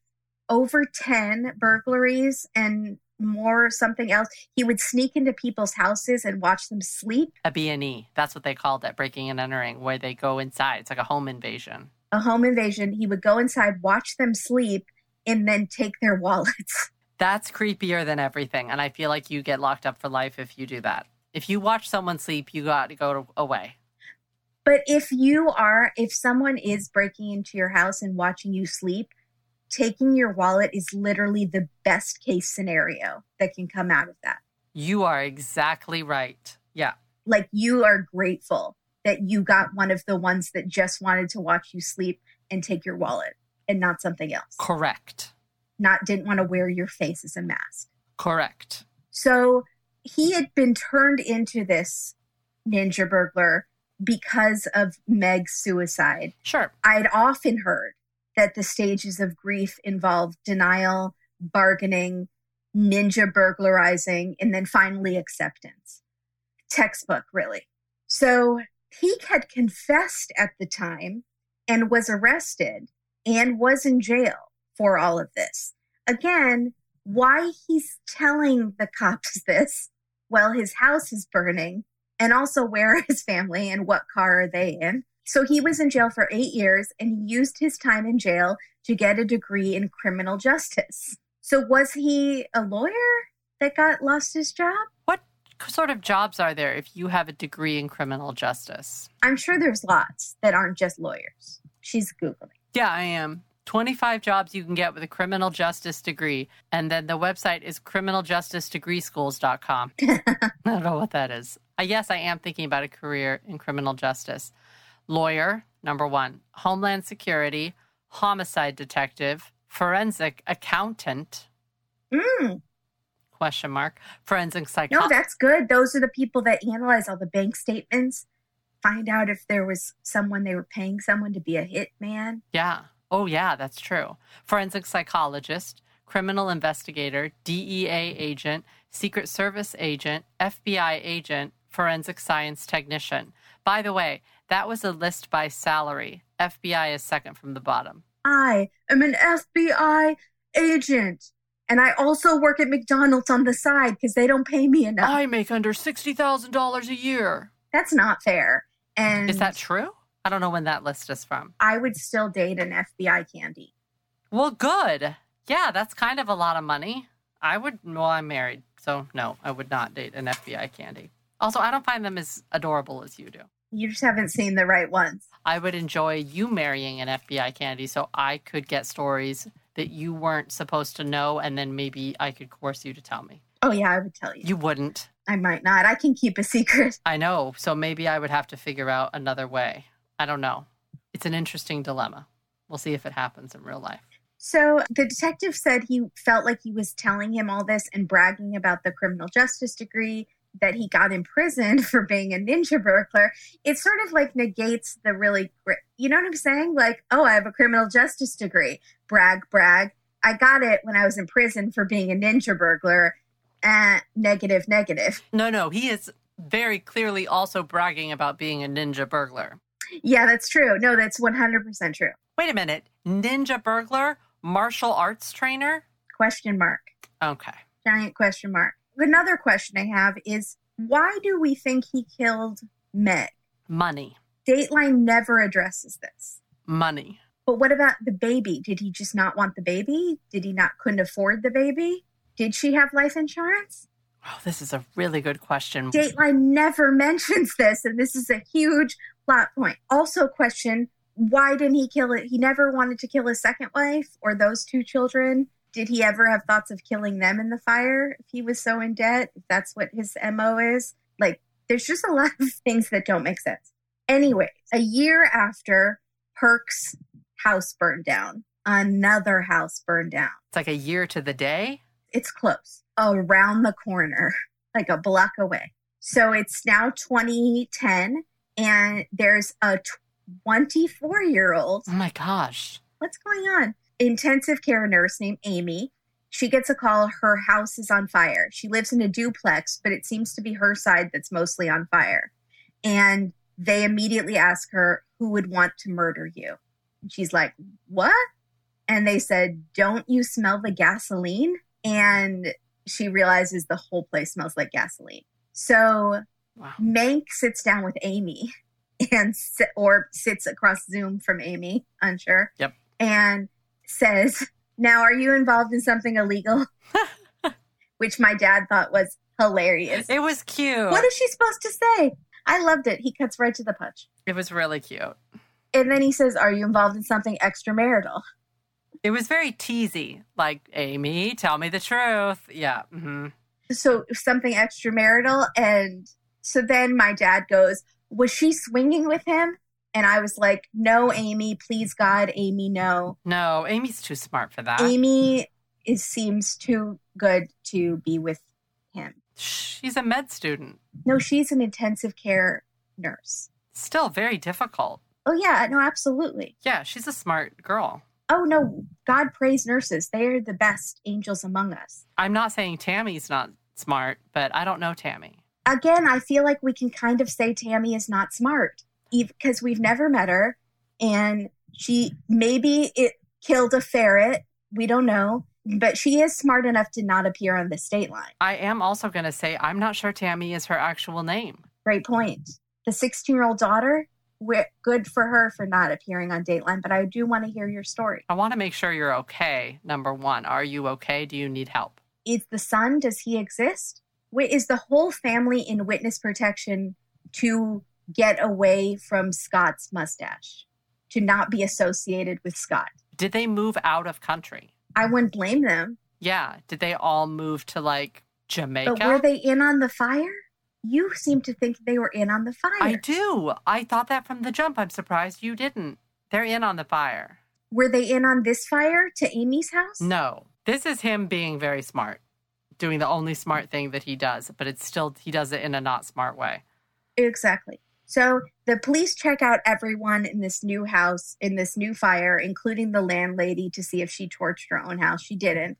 A: over 10 burglaries and more something else he would sneak into people's houses and watch them sleep
B: A B&E. That's what they called it, breaking and entering, where they go inside. It's like a home invasion.
A: a home invasion he would go inside watch them sleep and then take their wallets
B: That's creepier than everything. And I feel like you get locked up for life if you do that. If you watch someone sleep, you got to go to- away.
A: but if you are if someone is breaking into your house and watching you sleep taking your wallet is literally the best case scenario that can come out of that
B: You are exactly right. Yeah.
A: like you are grateful that you got one of the ones that just wanted to watch you sleep and take your wallet. and not something else.
B: Correct.
A: Not didn't want to wear your face as a mask.
B: Correct.
A: So he had been turned into this ninja burglar because of Meg's suicide.
B: Sure.
A: I'd often heard that the stages of grief involve denial, bargaining, ninja burglarizing, and then finally acceptance. Textbook, really. So he had confessed at the time and was arrested and was in jail for all of this. Again, why he's telling the cops this while his house is burning, and also where is his family and what car are they in. So he was in jail for eight years and he used his time in jail to get a degree in criminal justice. So was he a lawyer that got lost his job?
B: What sort of jobs are there if you have a degree in criminal justice?
A: I'm sure there's lots that aren't just lawyers. She's Googling.
B: Yeah, I am. 25 jobs you can get with a criminal justice degree. And then the website is criminaljusticedegreeschools.com. I don't know what that is. I, yes, I am thinking about a career in criminal justice. Lawyer, number one, Homeland Security, homicide detective, forensic accountant,
A: Mm,
B: question mark, forensic
A: no,
B: psychologist.
A: that's good. Those are the people that analyze all the bank statements, find out if there was someone they were paying someone to be a hitman.
B: yeah. Oh, yeah, that's true. Forensic psychologist, criminal investigator, DEA agent, Secret Service agent, FBI agent, forensic science technician. By the way, that was a list by salary. FBI is second from the bottom.
A: I am an FBI agent. And I also work at McDonald's on the side because they don't pay me enough.
B: I make under $60,000 a year.
A: That's not fair. And
B: Is that true? I don't know when that list is from.
A: I would still date an FBI candy.
B: Well, good. Yeah, that's kind of a lot of money. I would, well, I'm married, so no, I would not date an FBI candy. Also, I don't find them as adorable as you do.
A: You just haven't seen the right ones.
B: I would enjoy you marrying an FBI candy so I could get stories that you weren't supposed to know, and then maybe I could coerce you to tell me.
A: Oh, yeah, I would tell you.
B: You wouldn't.
A: I might not. I can keep a secret.
B: I know, so maybe I would have to figure out another way. I don't know. It's an interesting dilemma. We'll see if it happens in real life.
A: So the detective said he felt like he was telling him all this and bragging about the criminal justice degree that he got in prison for being a ninja burglar. It sort of like negates the really, gr- you know what I'm saying? Like, oh, I have a criminal justice degree. Brag, brag. I got it when I was in prison for being a ninja burglar. Eh, negative, negative.
B: No, no, he is very clearly also bragging about being a ninja burglar.
A: Yeah, that's true. No, that's 100% true.
B: Wait a minute, ninja burglar, martial arts trainer?
A: Question mark.
B: Okay.
A: Giant question mark. Another question I have is why do we think he killed Meg?
B: Money,
A: Dateline never addresses this.
B: money.
A: But what about the baby? Did he just not want the baby? Did he not couldn't afford the baby? Did she have life insurance?
B: Oh, this is a really good question.
A: Dateline never mentions this, and this is a huge plot point. Also, question: Why didn't he kill it? He never wanted to kill his second wife or those two children. Did he ever have thoughts of killing them in the fire if he was so in debt? If that's what his mo is, like, there's just a lot of things that don't make sense. Anyway, a year after Herc's house burned down, another house burned down
B: It's like a year to the day.
A: it's close around the corner, like a block away. So it's now 2010, and there's a 24 year old.
B: Oh my gosh.
A: What's going on? Intensive care nurse named Amy. She gets a call. Her house is on fire. She lives in a duplex, but it seems to be her side that's mostly on fire. And they immediately ask her, Who would want to murder you? And she's like, What? And they said, Don't you smell the gasoline? And she realizes the whole place smells like gasoline. So
B: Wow.
A: Mank sits down with Amy and si- or sits across Zoom from Amy, unsure.
B: Yep.
A: And says, "Now are you involved in something illegal?" Which my dad thought was hilarious.
B: It was cute.
A: What is she supposed to say? I loved it. He cuts right to the punch.
B: It was really cute.
A: And then he says, "Are you involved in something extramarital?"
B: It was very teasy. Like, Amy, tell me the truth. Yeah. hmm
A: So something extramarital and so then my dad goes, "Was she swinging with him?" And I was like, no, Amy, please God, Amy, no.
B: No, Amy's too smart for that.
A: Amy is seems too good to be with him.
B: She's a med student.
A: No, she's an intensive care nurse.
B: Still very difficult.
A: Oh yeah, no, absolutely.
B: Yeah, she's a smart girl.
A: Oh no, God praise nurses. They are the best angels among us.
B: I'm not saying Tammy's not smart, but I don't know Tammy.
A: Again, I feel like we can kind of say Tammy is not smart because we've never met her and she maybe it killed a ferret. We don't know, but she is smart enough to not appear on the state line.
B: I am also going to say I'm not sure Tammy is her actual name.
A: Great point. The 16 year old daughter, we're good for her for not appearing on Dateline, but I do want to hear your story.
B: I want to make sure you're okay. Number one, are you okay? Do you need help?
A: Is the son, does he exist? Wait, Is the whole family in witness protection to get away from Scott's mustache, to not be associated with Scott?
B: Did they move out of country?
A: I wouldn't blame them,
B: Yeah. Did they all move to like Jamaica?
A: but were they in on the fire? You seem to think they were in on the fire.
B: I do. I thought that from the jump. I'm surprised you didn't. They're in on the fire.
A: Were they in on this fire to Amy's house?
B: No. This is him being very smart, doing the only smart thing that he does, but it's still, he does it in a not smart way.
A: Exactly. So the police check out everyone in this new house, in this new fire, including the landlady to see if she torched her own house. She didn't.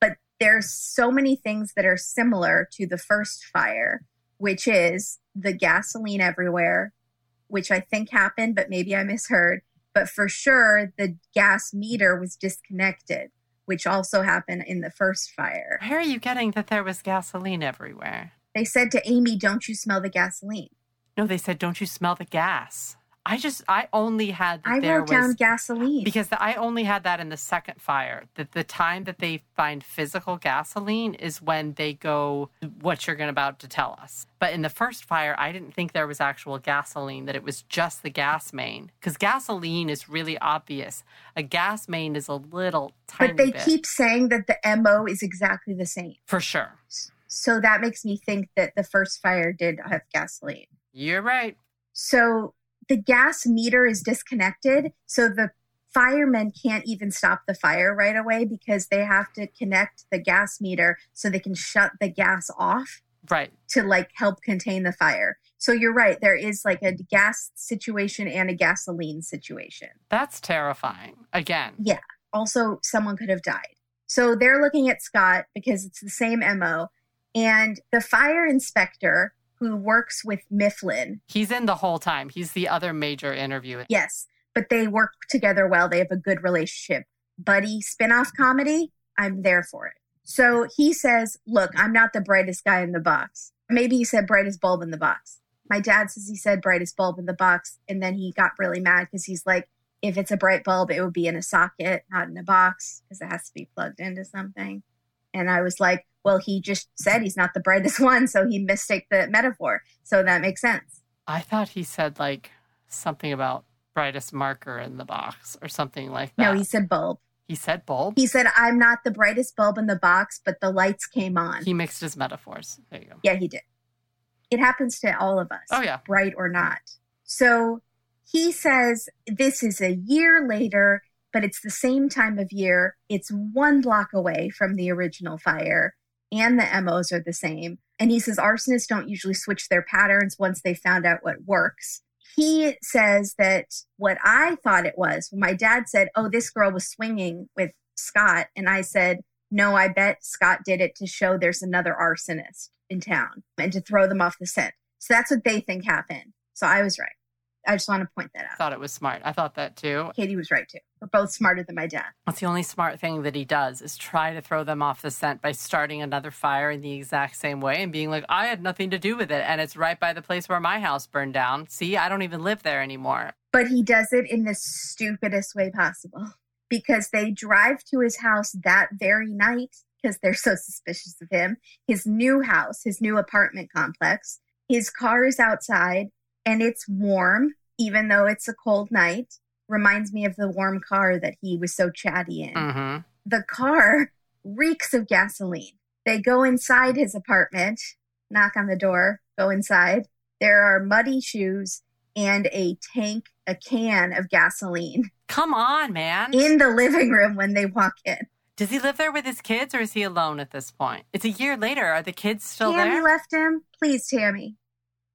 A: But there's so many things that are similar to the first fire, which is the gasoline everywhere, which I think happened, but maybe I misheard. But for sure, the gas meter was disconnected, which also happened in the first fire.
B: Where are you getting that there was gasoline everywhere?
A: They said to Amy, Don't you smell the gasoline?
B: No, they said, don't you smell the gas? I just, I only had that
A: I
B: there
A: wrote
B: was
A: down gasoline.
B: because the, I only had that in the second fire. That the time that they find physical gasoline is when they go what you're going about to tell us. But in the first fire, I didn't think there was actual gasoline. That it was just the gas main because gasoline is really obvious. A gas main is a little tiny
A: but they
B: bit
A: keep saying that the mo is exactly the same
B: for sure.
A: so that makes me think that the first fire did have gasoline
B: You're right.
A: so the gas meter is disconnected so the firemen can't even stop the fire right away because they have to connect the gas meter so they can shut the gas off
B: Right.
A: to like help contain the fire so you're right there is like a gas situation and a gasoline situation
B: That's terrifying. Again,
A: also someone could have died. So they're looking at Scott because it's the same MO. And the fire inspector who works with Mifflin,
B: he's in the whole time. He's the other major interview.
A: yes, but they work together well. They have a good relationship. Buddy spinoff comedy, I'm there for it. So he says, Look, I'm not the brightest guy in the box. Maybe he said brightest bulb in the box. My dad says he said brightest bulb in the box. And then he got really mad because he's like, if it's a bright bulb, it would be in a socket, not in a box, because it has to be plugged into something. And I was like, well, he just said he's not the brightest one, so he mistake the metaphor. So that makes sense.
B: I thought he said like something about brightest marker in the box or something like that.
A: No, he said bulb.
B: He said bulb.
A: He said, I'm not the brightest bulb in the box, but the lights came on.
B: He mixed his metaphors. There you go.
A: yeah, he did. It happens to all of us.
B: Oh yeah.
A: right or not. So he says this is a year later, but it's the same time of year. It's one block away from the original fire, and the MOs are the same. And he says arsonists don't usually switch their patterns once they found out what works. He says that what I thought it was, when my dad said, Oh, this girl was swinging with Scott. And I said, No, I bet Scott did it to show there's another arsonist in town and to throw them off the scent. So that's what they think happened. So I was right. I just want to point that out.
B: Thought it was smart. I thought that too.
A: Katie was right too. We're both smarter than my dad.
B: That's the only smart thing that he does is try to throw them off the scent by starting another fire in the exact same way and being like, I had nothing to do with it. And it's right by the place where my house burned down. See, I don't even live there anymore.
A: But he does it in the stupidest way possible because they drive to his house that very night because they're so suspicious of him. His new house, his new apartment complex. His car is outside and it's warm, even though it's a cold night. Reminds me of the warm car that he was so chatty in.
B: Mm-hmm.
A: the car reeks of gasoline. They go inside his apartment, knock on the door, go inside. There are muddy shoes and a tank a can of gasoline
B: Come on, man.
A: in the living room when they walk in.
B: Does he live there with his kids or is he alone at this point? It's a year later. Are the kids still
A: Tammy
B: there?
A: left him. Please, Tammy,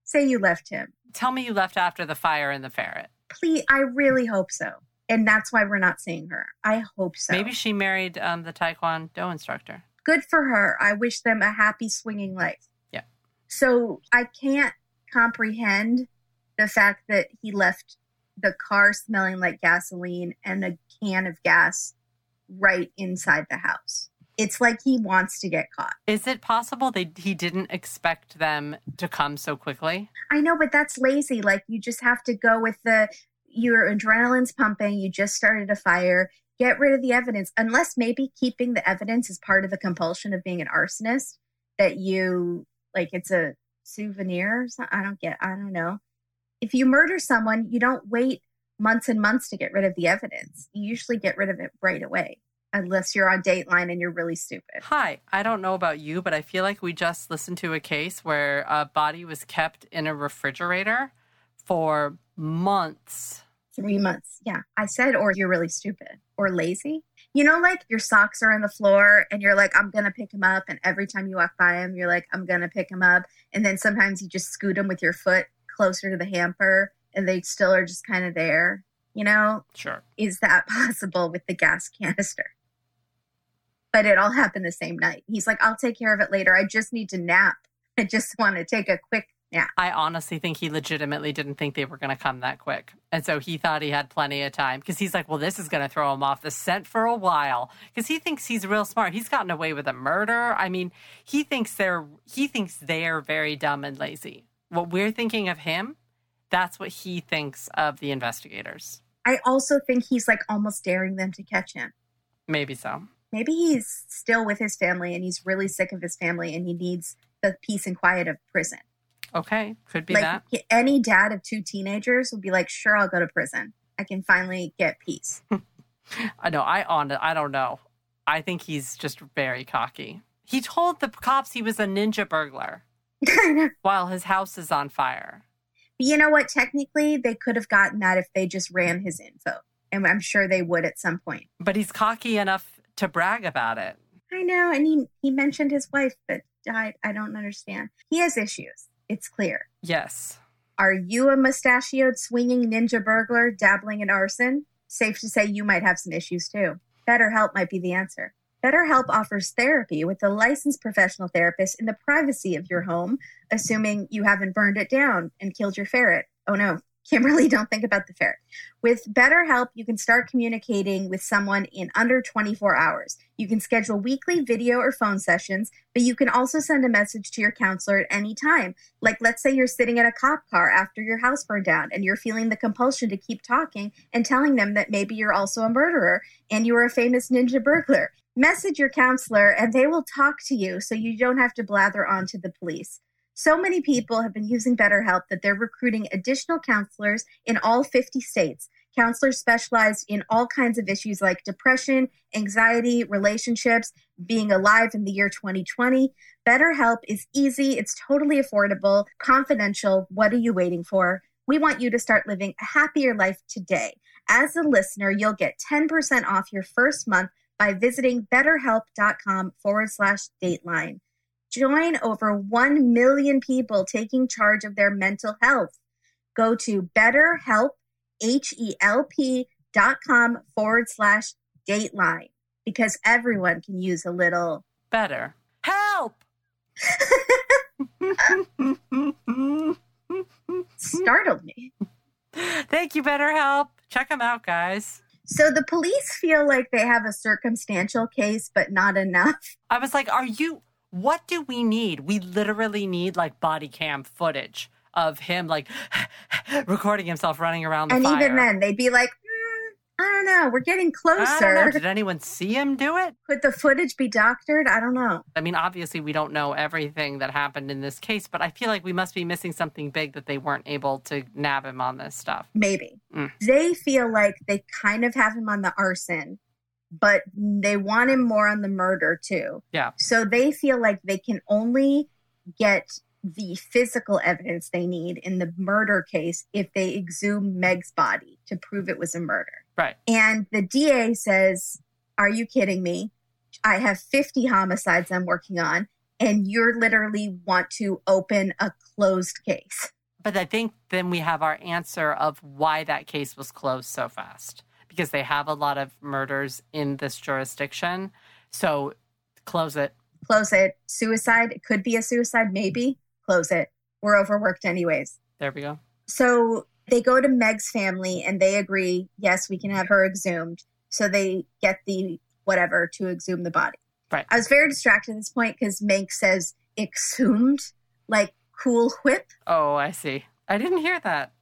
A: say you left him.
B: Tell me you left after the fire and the ferret.
A: Please, I really hope so. And that's why we're not seeing her. I hope so.
B: Maybe she married um, the Taekwondo instructor.
A: good for her. I wish them a happy swinging life.
B: Yeah.
A: So I can't comprehend the fact that he left the car smelling like gasoline and a can of gas right inside the house. It's like he wants to get caught.
B: Is it possible they he didn't expect them to come so quickly?
A: I know, but that's lazy. Like you just have to go with the your adrenaline's pumping, you just started a fire, get rid of the evidence. Unless maybe keeping the evidence is part of the compulsion of being an arsonist that you like it's a souvenir or something. I don't get I don't know. If you murder someone, you don't wait months and months to get rid of the evidence. You usually get rid of it right away. Unless you're on Dateline and you're really stupid.
B: Hi, I don't know about you, but I feel like we just listened to a case where a body was kept in a refrigerator for months.
A: three months. Yeah. I said, or you're really stupid or lazy. You know, like your socks are on the floor and you're like, I'm going to pick them up. And every time you walk by them, you're like, I'm going to pick them up. And then sometimes you just scoot them with your foot closer to the hamper and they still are just kind of there. You know,
B: Sure.
A: is that possible with the gas canister? But it all happened the same night. He's like, I'll take care of it later. I just need to nap. I just want to take a quick nap.
B: I honestly think he legitimately didn't think they were going to come that quick. And so he thought he had plenty of time because he's like, well, this is going to throw him off the scent for a while because he thinks he's real smart. He's gotten away with a murder. I mean, he thinks they're he thinks they're very dumb and lazy. What we're thinking of him, that's what he thinks of the investigators.
A: I also think he's like almost daring them to catch him.
B: Maybe so.
A: maybe he's still with his family and he's really sick of his family and he needs the peace and quiet of prison.
B: Okay, could be
A: like
B: that.
A: any dad of two teenagers would be like, sure, I'll go to prison. I can finally get peace.
B: Hmm. I know. I on. I don't know. I think he's just very cocky. He told the cops he was a ninja burglar
A: but
B: while his house is on fire.
A: you know what? Technically, they could have gotten that if they just ran his info. And I'm sure they would at some point.
B: But he's cocky enough to brag about it.
A: I know. And he, he mentioned his wife that died. I don't understand. He has issues. It's clear.
B: Yes.
A: Are you a mustachioed swinging ninja burglar dabbling in arson? Safe to say you might have some issues too. BetterHelp might be the answer. BetterHelp offers therapy with a licensed professional therapist in the privacy of your home, assuming you haven't burned it down and killed your ferret. Oh no, Kimberly, don't think about the ferret. With BetterHelp, you can start communicating with someone in under 24 hours. You can schedule weekly video or phone sessions, but you can also send a message to your counselor at any time. Like, let's say you're sitting in a cop car after your house burned down and you're feeling the compulsion to keep talking and telling them that maybe you're also a murderer and you were a famous ninja burglar. Message your counselor and they will talk to you so you don't have to blather on to the police. So many people have been using BetterHelp that they're recruiting additional counselors in all 50 states. Counselors specialized in all kinds of issues like depression, anxiety, relationships, being alive in the year 2020. BetterHelp is easy, it's totally affordable, confidential. What are you waiting for? We want you to start living a happier life today. As a listener, you'll get 10% off your first month by visiting betterhelp.com forward slash dateline. Join over 1 million people taking charge of their mental health. Go to betterhelp, H E L P dot com forward slash dateline because everyone can use a little
B: Better. Help.
A: startled me.
B: Thank you, BetterHelp. Check him out, guys.
A: So the police feel like they have a circumstantial case, but not enough.
B: I was like, are you, what do we need? We literally need like body cam footage of him like recording himself running around the
A: and
B: fire.
A: even then, they'd be like, mm, I don't know, we're getting
B: I don't know.
A: closer.
B: Did anyone see him do it?
A: Could the footage be doctored? I don't know.
B: I mean, obviously, we don't know everything that happened in this case, but I feel like we must be missing something big that they weren't able to nab him on this stuff.
A: Maybe.
B: Mm.
A: They feel like they kind of have him on the arson, but they want him more on the murder too.
B: Yeah.
A: So they feel like they can only get the physical evidence they need in the murder case if they exhume Meg's body to prove it was a murder.
B: Right.
A: And the DA says, Are you kidding me? I have 50 homicides I'm working on, and you're literally want to open a closed case.
B: But I think then we have our answer of why that case was closed so fast because they have a lot of murders in this jurisdiction. So close it.
A: Close it. Suicide, it could be a suicide, maybe. Close it. We're overworked, anyways.
B: There we go.
A: So they go to Meg's family and they agree, yes, we can have her exhumed. So they get the whatever to exhume the body.
B: Right.
A: I was very distracted at this point because Meg says exhumed, like cool whip,
B: Oh, I see. I didn't hear that.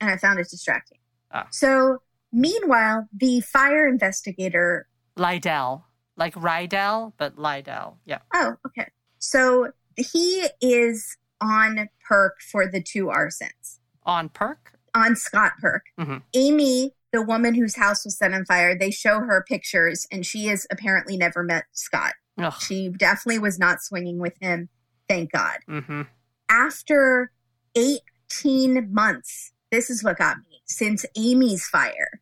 A: and I found it distracting.
B: Ah.
A: So meanwhile, the fire investigator,
B: Lydell. Like Rydell, but Lydell. Yeah.
A: oh, okay. So he is on perk for the two arsons,
B: On perk.
A: on Scott Perk.
B: Mhm.
A: Amy, the woman whose house was set on fire, they show her pictures, and she has apparently never met Scott.
B: Ugh.
A: She definitely was not swinging with him. Thank God.
B: Mm-hmm.
A: after 18 months, this is what got me. Since Amy's fire,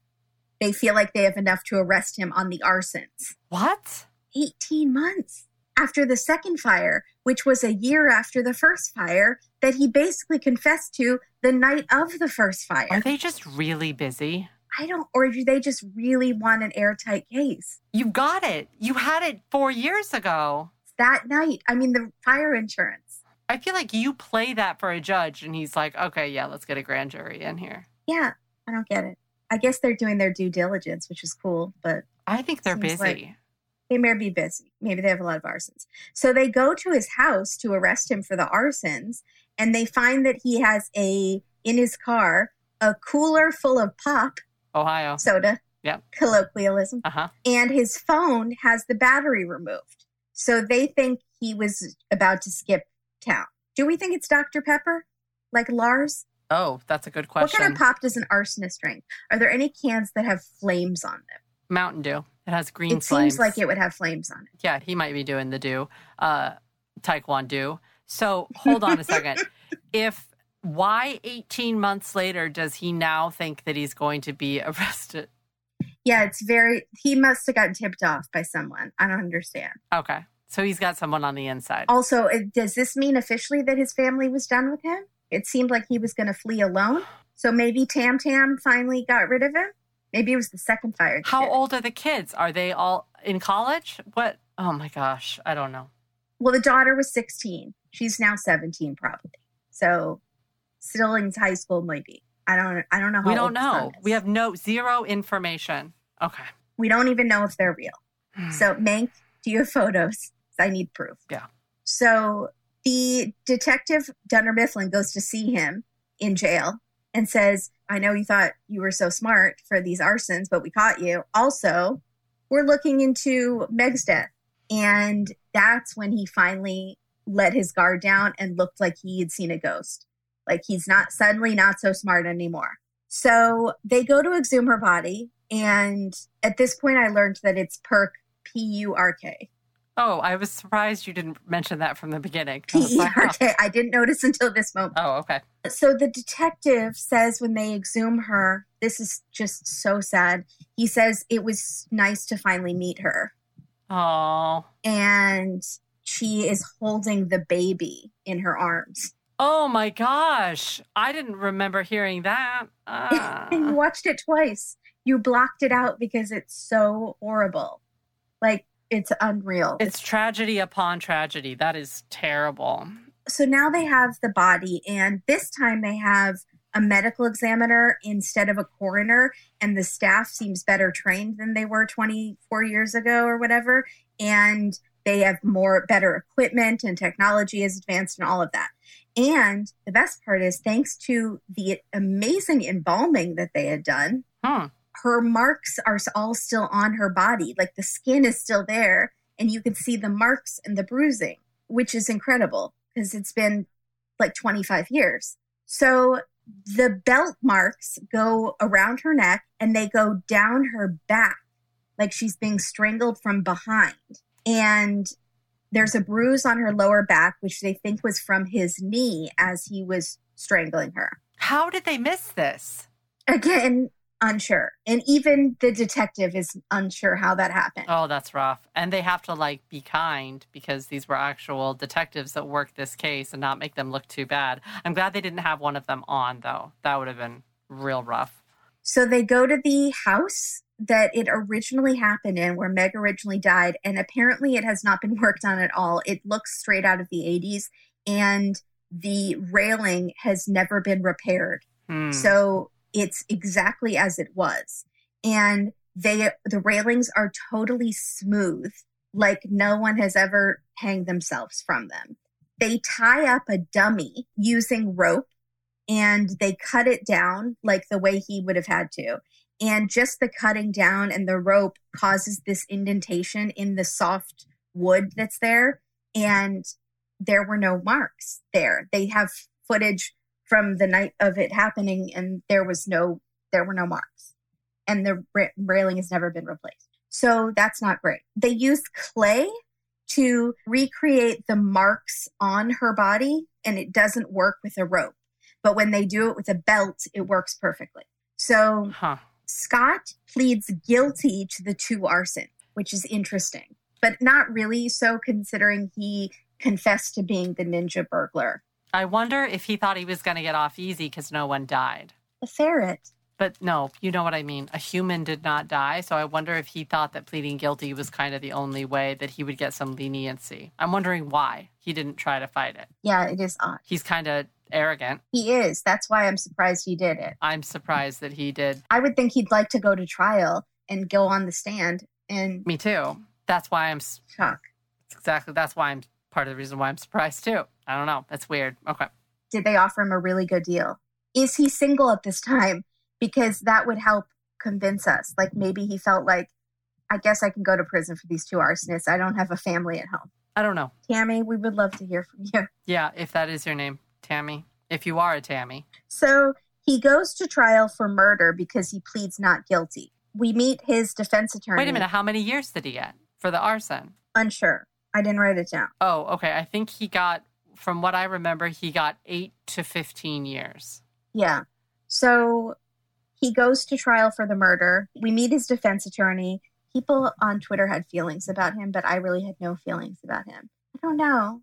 A: they feel like they have enough to arrest him on the arsons.
B: What?
A: 18 months after the second fire, which was a year after the first fire, that he basically confessed to the night of the first fire.
B: Are they just really busy?
A: I don't, or do they just really want an airtight case?
B: You got it. You had it four years ago.
A: That night, I mean, the fire insurance.
B: I feel like you play that for a judge and he's like, okay, yeah, let's get a grand jury in here.
A: Yeah, I don't get it. I guess they're doing their due diligence, which is cool, but
B: I think they're
A: Seems like-
B: busy.
A: they may be busy. Maybe they have a lot of arsons. So they go to his house to arrest him for the arsons, and they find that he has a in his car a cooler full of pop
B: Ohio.
A: soda.
B: Yep.
A: Colloquialism.
B: Uh huh.
A: And his phone has the battery removed. So they think he was about to skip town. Do we think it's Dr. Pepper? Like Lars?
B: Oh, that's a good question.
A: What kind of pop does an arsonist drink? Are there any cans that have flames on them?
B: Mountain Dew. It has green
A: it
B: flames.
A: seems like it would have flames on it.
B: yeah, he might be doing the do, uh, taekwondo. So hold on a second. If why 18 months later does he now think that he's going to be arrested?
A: Yeah, it's very. He must have gotten tipped off by someone. I don't understand.
B: Okay. So he's got someone on the inside.
A: Also, it- does this mean officially that his family was done with him? It seemed like he was going to flee alone. So maybe Tam Tam finally got rid of him. Maybe it was the second fire. that
B: How
A: did it.
B: old are the kids? Are they all in college? What? Oh my gosh. I don't know.
A: Well, the daughter was 16. She's now 17, probably. So still in high school, maybe. I don't. I don't know. How
B: we
A: old
B: don't
A: his son
B: know.
A: is.
B: We have no zero information. Okay.
A: We don't even know if they're real.
B: Hmm.
A: So, Mank, do you have photos? I need proof.
B: Yeah.
A: So the detective Dunner Mifflin goes to see him in jail and says, I know you thought you were so smart for these arsons, but we caught you. Also, we're looking into Meg's death. And that's when he finally let his guard down and looked like he had seen a ghost. Like he's not suddenly not so smart anymore. So they go to exhume her body. And at this point, I learned that it's Perk P U R K.
B: Oh, I was surprised you didn't mention that from the beginning. I
A: P
B: was
A: E
B: like,
A: R K. I didn't notice until this moment.
B: oh, okay.
A: So the detective says when they exhume her, this is just so sad. He says it was nice to finally meet her.
B: Oh.
A: And she is holding the baby in her arms.
B: Oh my gosh. I didn't remember hearing that.
A: and you
B: Ah.
A: watched it twice. You blocked it out because it's so horrible. Like it's unreal.
B: it's tragedy upon tragedy. That is terrible.
A: so now they have the body, and this time they have a medical examiner instead of a coroner, and the staff seems better trained than they were 24 years ago or whatever. And they have more better equipment and technology is advanced and all of that. And the best part is, thanks to the amazing embalming that they had done,
B: Hmm.
A: her marks are s- all still on her body. Like the skin is still there, and you can see the marks and the bruising, which is incredible because it's been like 25 years. So the belt marks go around her neck and they go down her back, like she's being strangled from behind. And There's a bruise on her lower back, which they think was from his knee as he was strangling her.
B: How did they miss this?
A: Again, unsure. And even the detective is unsure how that happened.
B: Oh, that's rough. And they have to like be kind because these were actual detectives that worked this case and not make them look too bad. I'm glad they didn't have one of them on though. That would have been real rough.
A: So they go to the house that it originally happened in, where Meg originally died. And apparently it has not been worked on at all. It looks straight out of the 80s. And the railing has never been repaired.
B: Hmm.
A: So it's exactly as it was. And they the railings are totally smooth, like no one has ever hanged themselves from them. They tie up a dummy using rope and they cut it down like the way he would have had to. And just the cutting down and the rope causes this indentation in the soft wood that's there. And there were no marks there. They have footage from the night of it happening and there was no there were no marks and the ra- railing has never been replaced so that's not great they used clay to recreate the marks on her body and it doesn't work with a rope but when they do it with a belt it works perfectly so
B: Huh.
A: scott pleads guilty to the two arson which is interesting but not really so considering he confessed to being the ninja burglar
B: I wonder if he thought he was going to get off easy because no one died.
A: a ferret
B: But no, you know what I mean. A human did not die. So I wonder if he thought that pleading guilty was kind of the only way that he would get some leniency. I'm wondering why he didn't try to fight it.
A: Yeah, it is odd.
B: He's kind of arrogant.
A: He is. That's why I'm surprised he did it.
B: I'm surprised that he did.
A: I would think he'd like to go to trial and go on the stand and
B: Me too. That's why I'm s-
A: talk.
B: exactly. That's why I'm part of the reason why I'm surprised too. I don't know. That's weird. Okay.
A: Did they offer him a really good deal? Is he single at this time? Because that would help convince us. Like maybe he felt like, I guess I can go to prison for these two arsonists. I don't have a family at home.
B: I don't know.
A: Tammy, we would love to hear from you.
B: Yeah. If that is your name, Tammy. If you are a Tammy.
A: So he goes to trial for murder because he pleads not guilty. We meet his defense attorney.
B: Wait a minute. How many years did he get for the arson?
A: Unsure. I didn't write it down.
B: Oh, okay. I think he got, from what I remember, he got eight to 15 years.
A: Yeah. So he goes to trial for the murder. We meet his defense attorney. People on Twitter had feelings about him, but I really had no feelings about him. I don't know.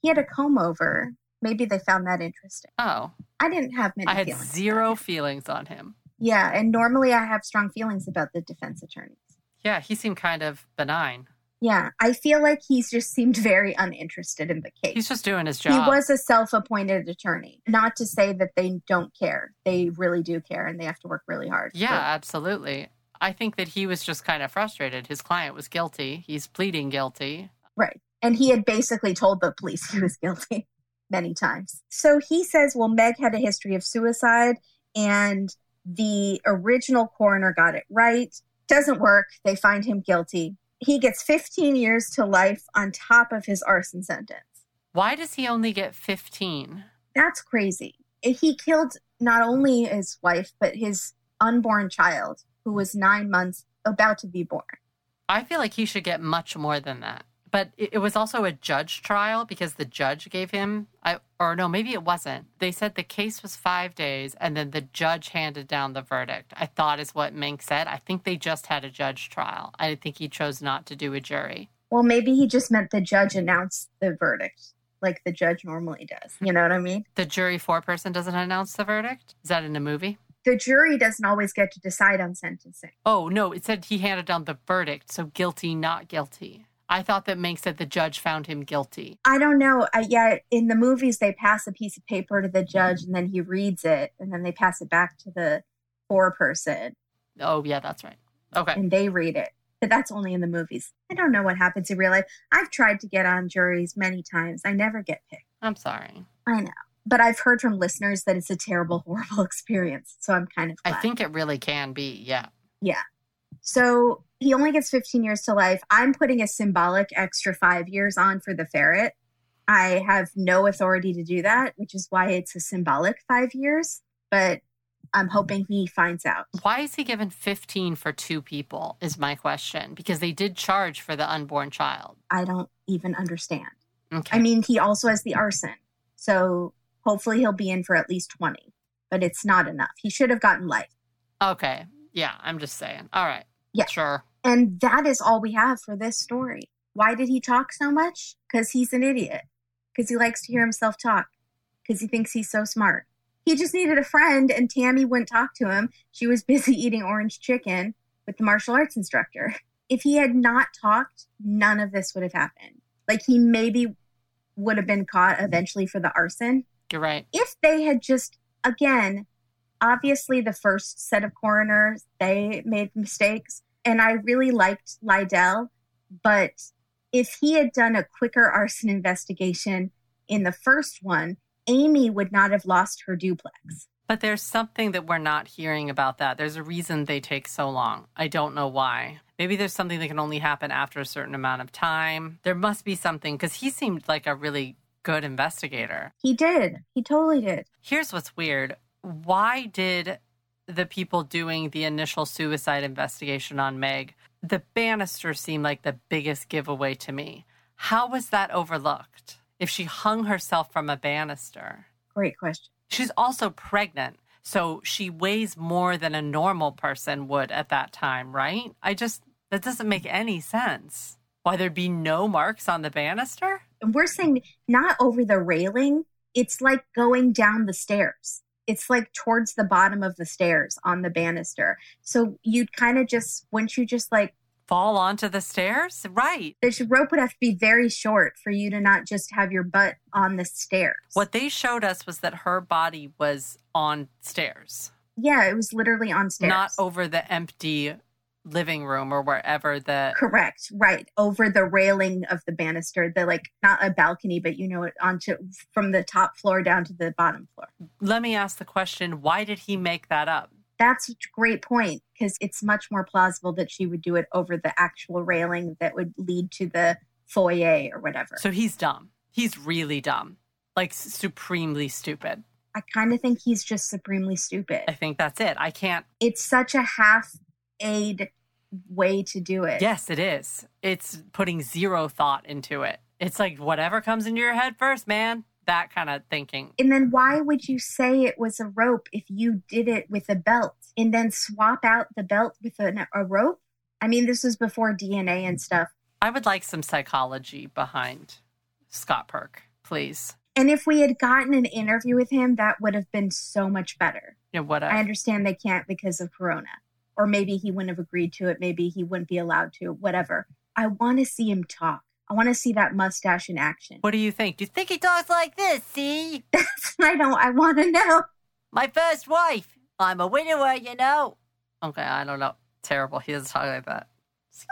A: He had a comb over. Maybe they found that interesting.
B: Oh,
A: I didn't have many
B: I had
A: feelings.
B: zero feelings on him.
A: Yeah, and normally I have strong feelings about the defense attorneys.
B: Yeah, he seemed kind of benign.
A: Yeah, I feel like he's just seemed very uninterested in the case.
B: He's just doing his
A: he
B: job.
A: was a self-appointed attorney. Not to say that they don't care. They really do care and they have to work really hard.
B: yeah, absolutely. I think that he was just kind of frustrated. His client was guilty. He's pleading guilty.
A: Right. And he had basically told the police he was guilty many times. So he says, well, Meg had a history of suicide and the original coroner got it right. Doesn't work. They find him guilty. He gets 15 years to life on top of his arson sentence.
B: Why does he only get 15?
A: That's crazy. He killed not only his wife, but his unborn child, who was nine months about to be born.
B: I feel like he should get much more than that. But it, it was also a judge trial because the judge gave him, I, or no, maybe it wasn't. They said the case was five days and then the judge handed down the verdict. I thought is what Mink said. I think they just had a judge trial. I think he chose not to do a jury.
A: Well, maybe he just meant the judge announced the verdict like the judge normally does. You know what I mean?
B: The jury foreperson doesn't announce the verdict. Is that in a movie?
A: The jury doesn't always get to decide on sentencing.
B: Oh, no, it said he handed down the verdict. So guilty, not guilty. I thought that Mink said the judge found him guilty.
A: I don't know. I, yeah, in the movies, they pass a piece of paper to the judge and then he reads it and then they pass it back to the foreperson
B: Oh, yeah, that's right. Okay.
A: and they read it. But that's only in the movies. I don't know what happens in real life. I've tried to get on juries many times. I never get picked.
B: I'm sorry.
A: I know. But I've heard from listeners that it's a terrible, horrible experience. So I'm kind of
B: I
A: glad.
B: think it really can be. Yeah.
A: So he only gets 15 years to life. I'm putting a symbolic extra five years on for the ferret. I have no authority to do that, which is why it's a symbolic five years. But I'm hoping he finds out.
B: Why is he given 15 for two people is my question because they did charge for the unborn child.
A: I don't even understand.
B: Okay.
A: I mean, he also has the arson. So hopefully he'll be in for at least 20, but it's not enough. He should have gotten life.
B: okay. Yeah, I'm just saying. All right.
A: Yeah.
B: Sure.
A: And that is all we have for this story. Why did he talk so much? Because he's an idiot. Because he likes to hear himself talk. Because he thinks he's so smart. He just needed a friend, and Tammy wouldn't talk to him. She was busy eating orange chicken with the martial arts instructor. If he had not talked, none of this would have happened. Like, he maybe would have been caught eventually for the arson,
B: You're right.
A: if they had just again obviously the first set of coroners they made mistakes and i really liked lydell but if he had done a quicker arson investigation in the first one amy would not have lost her duplex
B: But there's something that we're not hearing about that. There's a reason they take so long. I don't know why. Maybe there's something that can only happen after a certain amount of time. There must be something because he seemed like a really good investigator.
A: he did he totally did
B: Here's what's weird why did the people doing the initial suicide investigation on Meg, the banister seemed like the biggest giveaway to me? How was that overlooked if she hung herself from a banister?
A: great question
B: She's also pregnant. So she weighs more than a normal person would at that time, right? I just, that doesn't make any sense. Why there'd be no marks on the banister?
A: and we're saying not over the railing it's like going down the stairs it's like towards the bottom of the stairs on the banister so you'd kind of just wouldn't you just like
B: Fall onto the stairs? Right.
A: the sh- rope would have to be very short for you to not just have your butt on the stairs
B: What they showed us was that her body was on stairs,
A: yeah it was literally on stairs
B: not over the empty living room or wherever the.
A: correct right over the railing of the banister the like not a balcony but you know it onto from the top floor down to the bottom floor
B: Let me ask the question why did he make that up?
A: That's a great point because it's much more plausible that she would do it over the actual railing that would lead to the foyer or whatever.
B: So he's dumb. He's really dumb, like supremely stupid.
A: I kind of think he's just supremely stupid.
B: I think that's it. I can't
A: It's such a half aid way to do it.
B: Yes, it is. It's putting zero thought into it. It's like whatever comes into your head first, man. That kind of thinking.
A: And then why would you say it was a rope if you did it with a belt and then swap out the belt with an, a rope? I mean, this was before DNA and stuff.
B: I would like some psychology behind Scott Perk, please.
A: And if we had gotten an interview with him, that would have been so much better.
B: You know, what
A: I
B: a,
A: understand they can't because of Corona, or maybe he wouldn't have agreed to it. Maybe he wouldn't be allowed to, whatever. I want to see him talk. I want to see that mustache in action.
B: what do you think? Do you think he talks like this? See?
A: I don't, I want to know.
B: My first wife. I'm a widower, you know. Okay, I don't know. Terrible. He doesn't talk like that.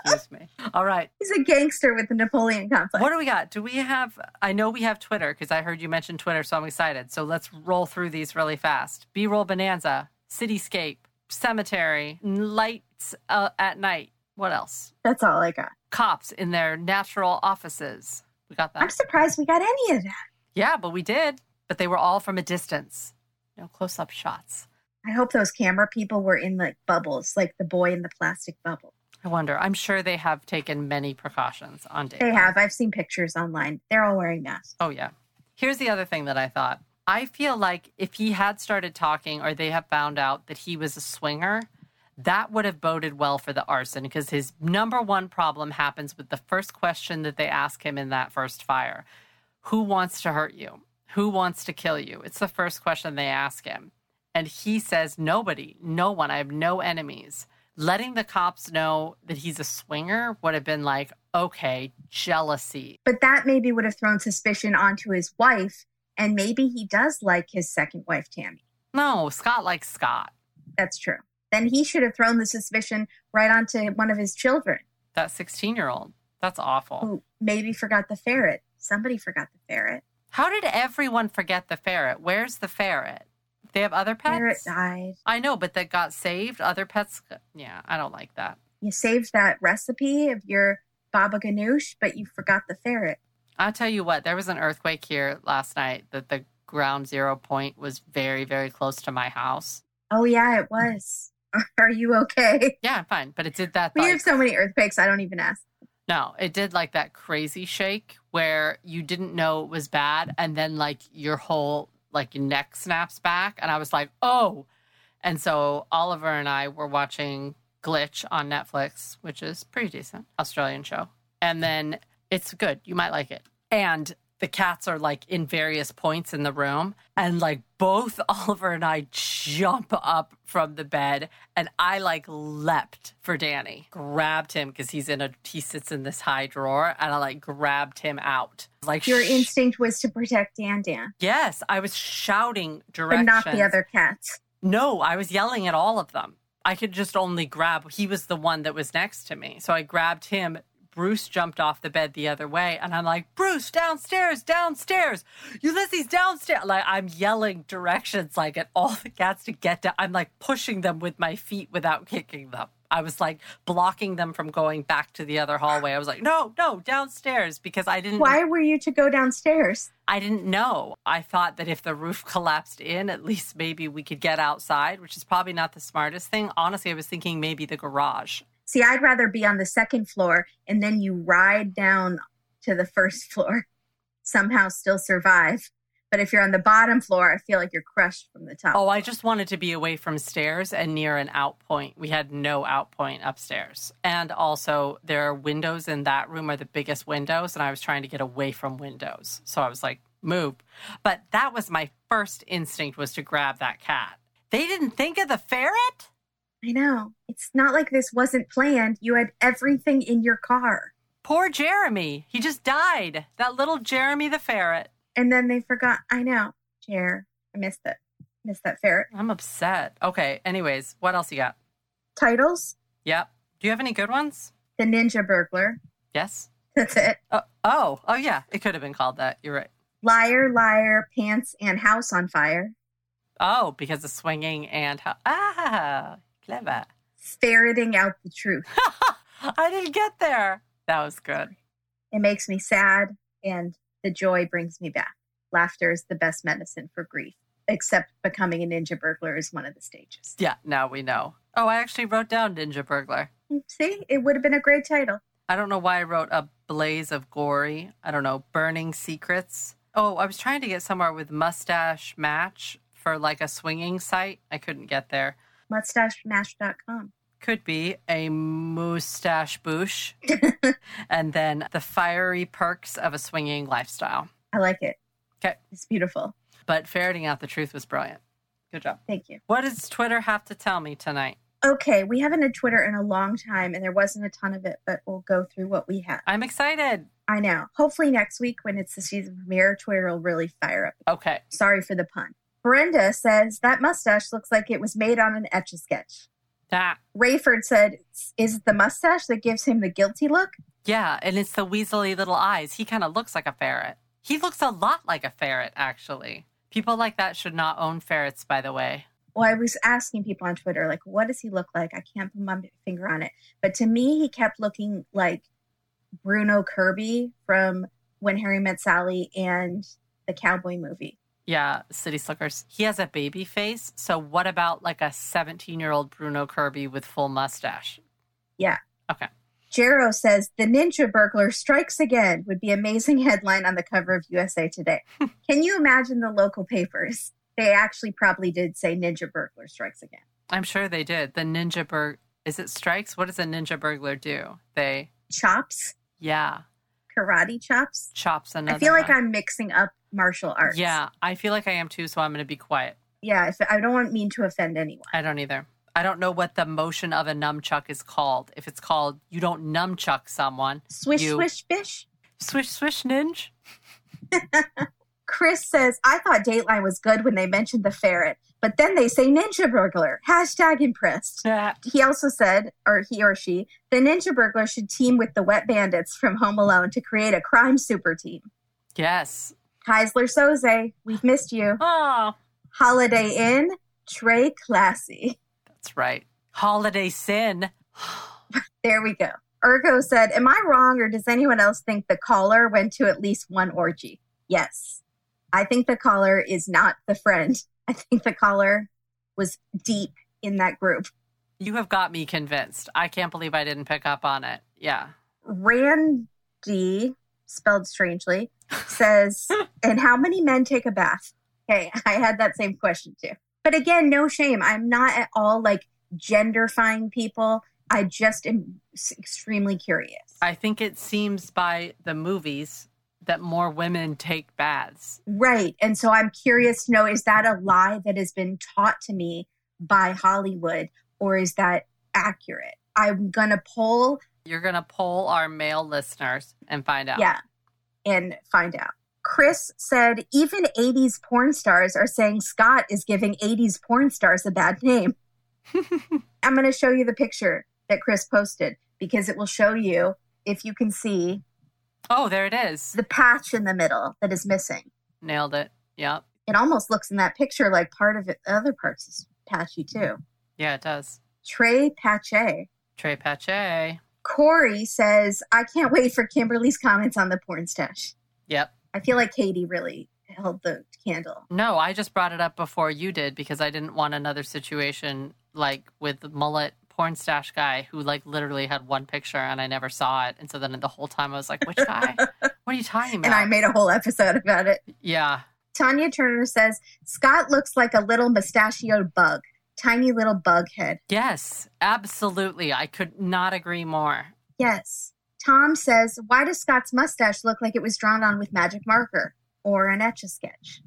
B: Excuse me. All right.
A: He's a gangster with the Napoleon complex.
B: What do we got? Do we have? I know we have Twitter because I heard you mention Twitter, so I'm excited. So let's roll through these really fast. B roll bonanza, cityscape, cemetery, lights uh, at night. What else?
A: That's all I got.
B: Cops in their natural offices. We got
A: I'm
B: that.
A: surprised we got any of that.
B: Yeah, but we did. But they were all from a distance. No close up shots.
A: I hope those camera people were in like bubbles, like the boy in the plastic bubble.
B: I wonder. I'm sure they have taken many precautions on day.
A: They
B: one.
A: have. I've seen pictures online. They're all wearing masks.
B: Oh, yeah. Here's the other thing that I thought. I feel like if he had started talking or they have found out that he was a swinger, that would have boded well for the arson because his number one problem happens with the first question that they ask him in that first fire Who wants to hurt you? Who wants to kill you? It's the first question they ask him. And he says, Nobody, no one. I have no enemies. Letting the cops know that he's a swinger would have been like, okay, jealousy
A: But that maybe would have thrown suspicion onto his wife. And maybe he does like his second wife, Tammy.
B: No, Scott likes Scott.
A: That's true. Then he should have thrown the suspicion right onto one of his children
B: That 16 year old. That's awful.
A: who maybe forgot the ferret. Somebody forgot the ferret.
B: How did everyone forget the ferret? Where's the ferret? They have other
A: Ferret
B: pets?
A: died.
B: I know, but that got saved. Other pets? Yeah, I don't like that.
A: You saved that recipe of your baba ganoush, but you forgot the ferret.
B: I'll tell you what, there was an earthquake here last night that the ground zero point was very, very close to my house.
A: Oh yeah, it was. Are you okay?
B: Yeah, fine. But it did that.
A: We
B: like-
A: have so many earthquakes. I don't even ask.
B: No, it did like that crazy shake where you didn't know it was bad and then like your whole like your neck snaps back and I was like, "Oh." And so Oliver and I were watching Glitch on Netflix, which is pretty decent Australian show. And then it's good. You might like it. And the cats are like in various points in the room and like both Oliver and I jump up from the bed and I like leapt for Danny, grabbed him because he's in a he sits in this high drawer, and I like grabbed him out. Like
A: Your
B: sh-
A: instinct was to protect Dan Dan,
B: yes, I was shouting
A: but
B: directions.
A: not the other cats.
B: No, I was yelling at all of them. I could just only grab. He was the one that was next to me, so I grabbed him. Bruce jumped off the bed the other way, and I'm like, Bruce, downstairs, downstairs, Ulysses, downstairs. Like, I'm yelling directions, like, at all the cats to get down. I'm like pushing them with my feet without kicking them. I was like blocking them from going back to the other hallway. I was like, no, no, downstairs, because I didn't.
A: Why were you to go downstairs?
B: I didn't know. I thought that if the roof collapsed in, at least maybe we could get outside, which is probably not the smartest thing. Honestly, I was thinking maybe the garage.
A: See, I'd rather be on the second floor and then you ride down to the first floor, somehow still survive. But if you're on the bottom floor, I feel like you're crushed from the top.
B: Oh, I just wanted to be away from stairs and near an out point. We had no out point upstairs. And also, there are windows in that room are the biggest windows, and I was trying to get away from windows. So I was like, move. But that was my first instinct was to grab that cat. They didn't think of the ferret?
A: I know. It's not like this wasn't planned. You had everything in your car.
B: Poor Jeremy. He just died. That little Jeremy the ferret.
A: And then they forgot. I know. Chair. I missed that. Missed that ferret.
B: I'm upset. Okay. Anyways, what else you got?
A: Titles
B: Yep. Do you have any good ones?
A: The Ninja Burglar.
B: Yes.
A: That's it.
B: Oh, oh, oh yeah. It could have been called that. You're right.
A: Liar, Liar, Pants, and House on Fire.
B: Oh, because of swinging and how. Ah, clever.
A: Ferreting out the truth.
B: I didn't get there. That was good.
A: It makes me sad, and the joy brings me back. Laughter is the best medicine for grief, except becoming a ninja burglar is one of the stages.
B: Yeah, now we know. Oh, I actually wrote down Ninja Burglar.
A: See, it would have been a great title.
B: I don't know why I wrote a blaze of gory. I don't know, burning secrets. Oh, I was trying to get somewhere with mustache match for like a swinging site. I couldn't get there.
A: MustacheMash.com.
B: could be a mustache boosh and then the fiery perks of a swinging lifestyle.
A: I like it.
B: 'Kay.
A: It's beautiful.
B: But ferreting out the truth was brilliant. Good job.
A: Thank you.
B: What does Twitter have to tell me tonight?
A: Okay, we haven't had Twitter in a long time, and there wasn't a ton of it, but we'll go through what we have.
B: I'm excited.
A: I know. Hopefully, next week when it's the season premiere, Twitter will really fire up.
B: Okay.
A: Sorry for the pun. Brenda says that mustache looks like it was made on an etch a sketch.
B: That.
A: Rayford said, Is it the mustache that gives him the guilty look?
B: Yeah. And it's the weaselly little eyes. He kind of looks like a ferret. He looks a lot like a ferret, actually. People like that should not own ferrets, by the way.
A: Well, I was asking people on Twitter, like, what does he look like? I can't put my finger on it. But to me, he kept looking like Bruno Kirby from When Harry Met Sally and the cowboy movie.
B: Yeah, City Slickers. He has a baby face. So what about like a 17 year old Bruno Kirby with full mustache?
A: Jero says the ninja burglar strikes again would be amazing headline on the cover of USA Today. Can you imagine the local papers? They actually probably did say ninja burglar strikes again.
B: I'm sure they did. The ninja burg is it strikes? What does a ninja burglar do? They
A: Chops,
B: yeah
A: karate chops.
B: chops another.
A: I feel like
B: one.
A: I'm mixing up martial arts.
B: yeah. I feel like I am too. So I'm going to be quiet.
A: yeah. If, I don't want mean to offend anyone.
B: I don't either. I don't know what the motion of a nunchuck is called. If it's called you don't nunchuck someone,
A: Swish,
B: You.
A: swish, fish.
B: swish swish ninja.
A: Chris says I thought Dateline was good when they mentioned the ferret, but then they say ninja burglar. Hashtag impressed.
B: Yeah.
A: he also said, or he or she, the Ninja Burglar should team with the Wet Bandits from Home Alone to create a crime super team.
B: Yes.
A: Heisler Soze, we've missed you.
B: Oh,
A: Holiday Inn, Trey Classy.
B: that's right. Holiday sin.
A: There we go. Ergo said, Am I wrong or does anyone else think the caller went to at least one orgy? Yes. I think the caller is not the friend. I think the caller was deep in that group.
B: You have got me convinced. I can't believe I didn't pick up on it. Yeah.
A: Randy, spelled strangely, says, And how many men take a bath? Okay, I had that same question too. But again, no shame. I'm not at all like genderfying people. I just am s- extremely curious.
B: I think it seems by the movies that more women take baths.
A: Right. And so I'm curious to know is that a lie that has been taught to me by Hollywood or is that accurate? I'm going to poll,
B: You're going to poll our male listeners and find out.
A: yeah, and find out. Chris said even 80s porn stars are saying Scott is giving 80s porn stars a bad name. I'm going to show you the picture that Chris posted because it will show you if you can see
B: Oh, there it is.
A: the patch in the middle that is missing.
B: Nailed it. Yep.
A: it almost looks in that picture like part of it, the other parts is patchy too.
B: Yeah, it does.
A: Trey Pache.
B: Trey Pache.
A: Corey says, I can't wait for Kimberly's comments on the porn stash.
B: Yep.
A: I feel like Katie really held the candle.
B: No, I just brought it up before you did because I didn't want another situation like with the mullet porn stash guy who like literally had one picture and I never saw it. And so then the whole time I was like, which guy? what are you talking about?
A: And I made a whole episode about it.
B: yeah.
A: Tanya Turner says, Scott looks like a little mustachioed bug, tiny little bug head.
B: Yes, absolutely. I could not agree more.
A: Yes. Tom says, Why does Scott's mustache look like it was drawn on with magic marker or an etch a sketch?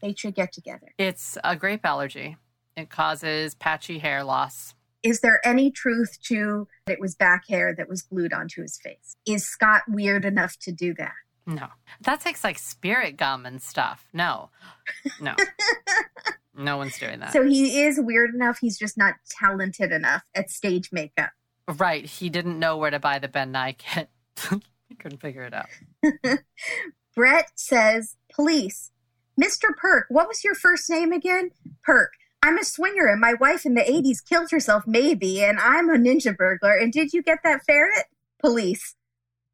A: They should get together.
B: It's a grape allergy. It causes patchy hair loss.
A: is there any truth to that it was back hair that was glued onto his face? Is Scott weird enough to do that?
B: No. That takes like spirit gum and stuff. No. No. no one's doing that.
A: So he is weird enough, he's just not talented enough at stage makeup.
B: right. He didn't know where to buy the Ben Nye kit. he couldn't figure it out.
A: Brett says, Police, Mr. Perk, what was your first name again? Perk. I'm a swinger and my wife in the 80s killed herself, maybe, and I'm a ninja burglar. And did you get that ferret? Police.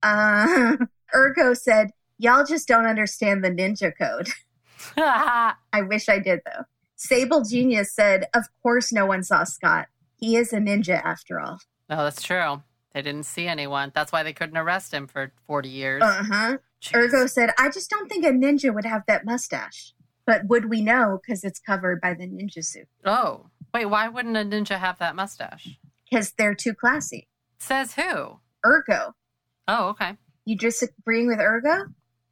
A: Uh, Ergo said, Y'all just don't understand the ninja code. I wish I did though. Sable Genius said, Of course no one saw Scott. He is a ninja after all.
B: no, that's true. They didn't see anyone. That's why they couldn't arrest him for 40 years.
A: Uh-huh.
B: Jeez.
A: Ergo said, I just don't think a ninja would have that mustache. But would we know because it's covered by the ninja suit?
B: Oh, wait. Why wouldn't a ninja have that mustache?
A: Because they're too classy.
B: Says who?
A: Ergo.
B: Oh, okay.
A: You disagreeing with Ergo?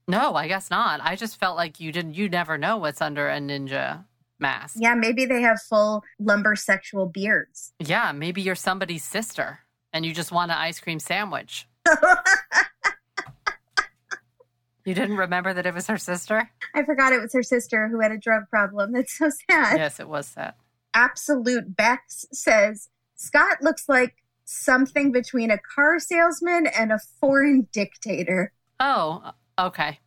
B: No, I guess not. I just felt like you didn't. You never know what's under a ninja mask.
A: Yeah, maybe they have full lumber sexual beards.
B: Yeah, maybe you're somebody's sister and you just want an ice cream sandwich. You didn't remember that it was her sister?
A: I forgot it was her sister who had a drug problem. That's so sad.
B: yes, it was that.
A: Absolute Bex says Scott looks like something between a car salesman and a foreign dictator.
B: Oh, okay.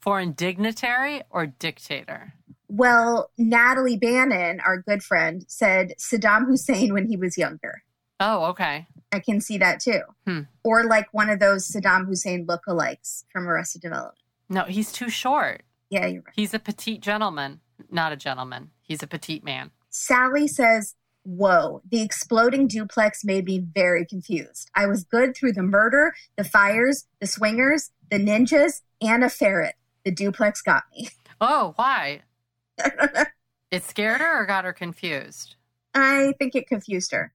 B: Foreign dignitary or dictator?
A: Well, Natalie Bannon, our good friend, said Saddam Hussein when he was younger.
B: Oh, okay.
A: I can see that too.
B: Hmm.
A: Or like one of those Saddam Hussein lookalikes from Arrested Development.
B: No, he's too short.
A: Yeah, you're right.
B: He's a petite gentleman. Not a gentleman. He's a petite man.
A: Sally says, Whoa, the exploding duplex made me very confused. I was good through the murder, the fires, the swingers, the ninjas, and a ferret. The duplex got me.
B: Oh, why? it scared her or got her confused?
A: I think it confused her.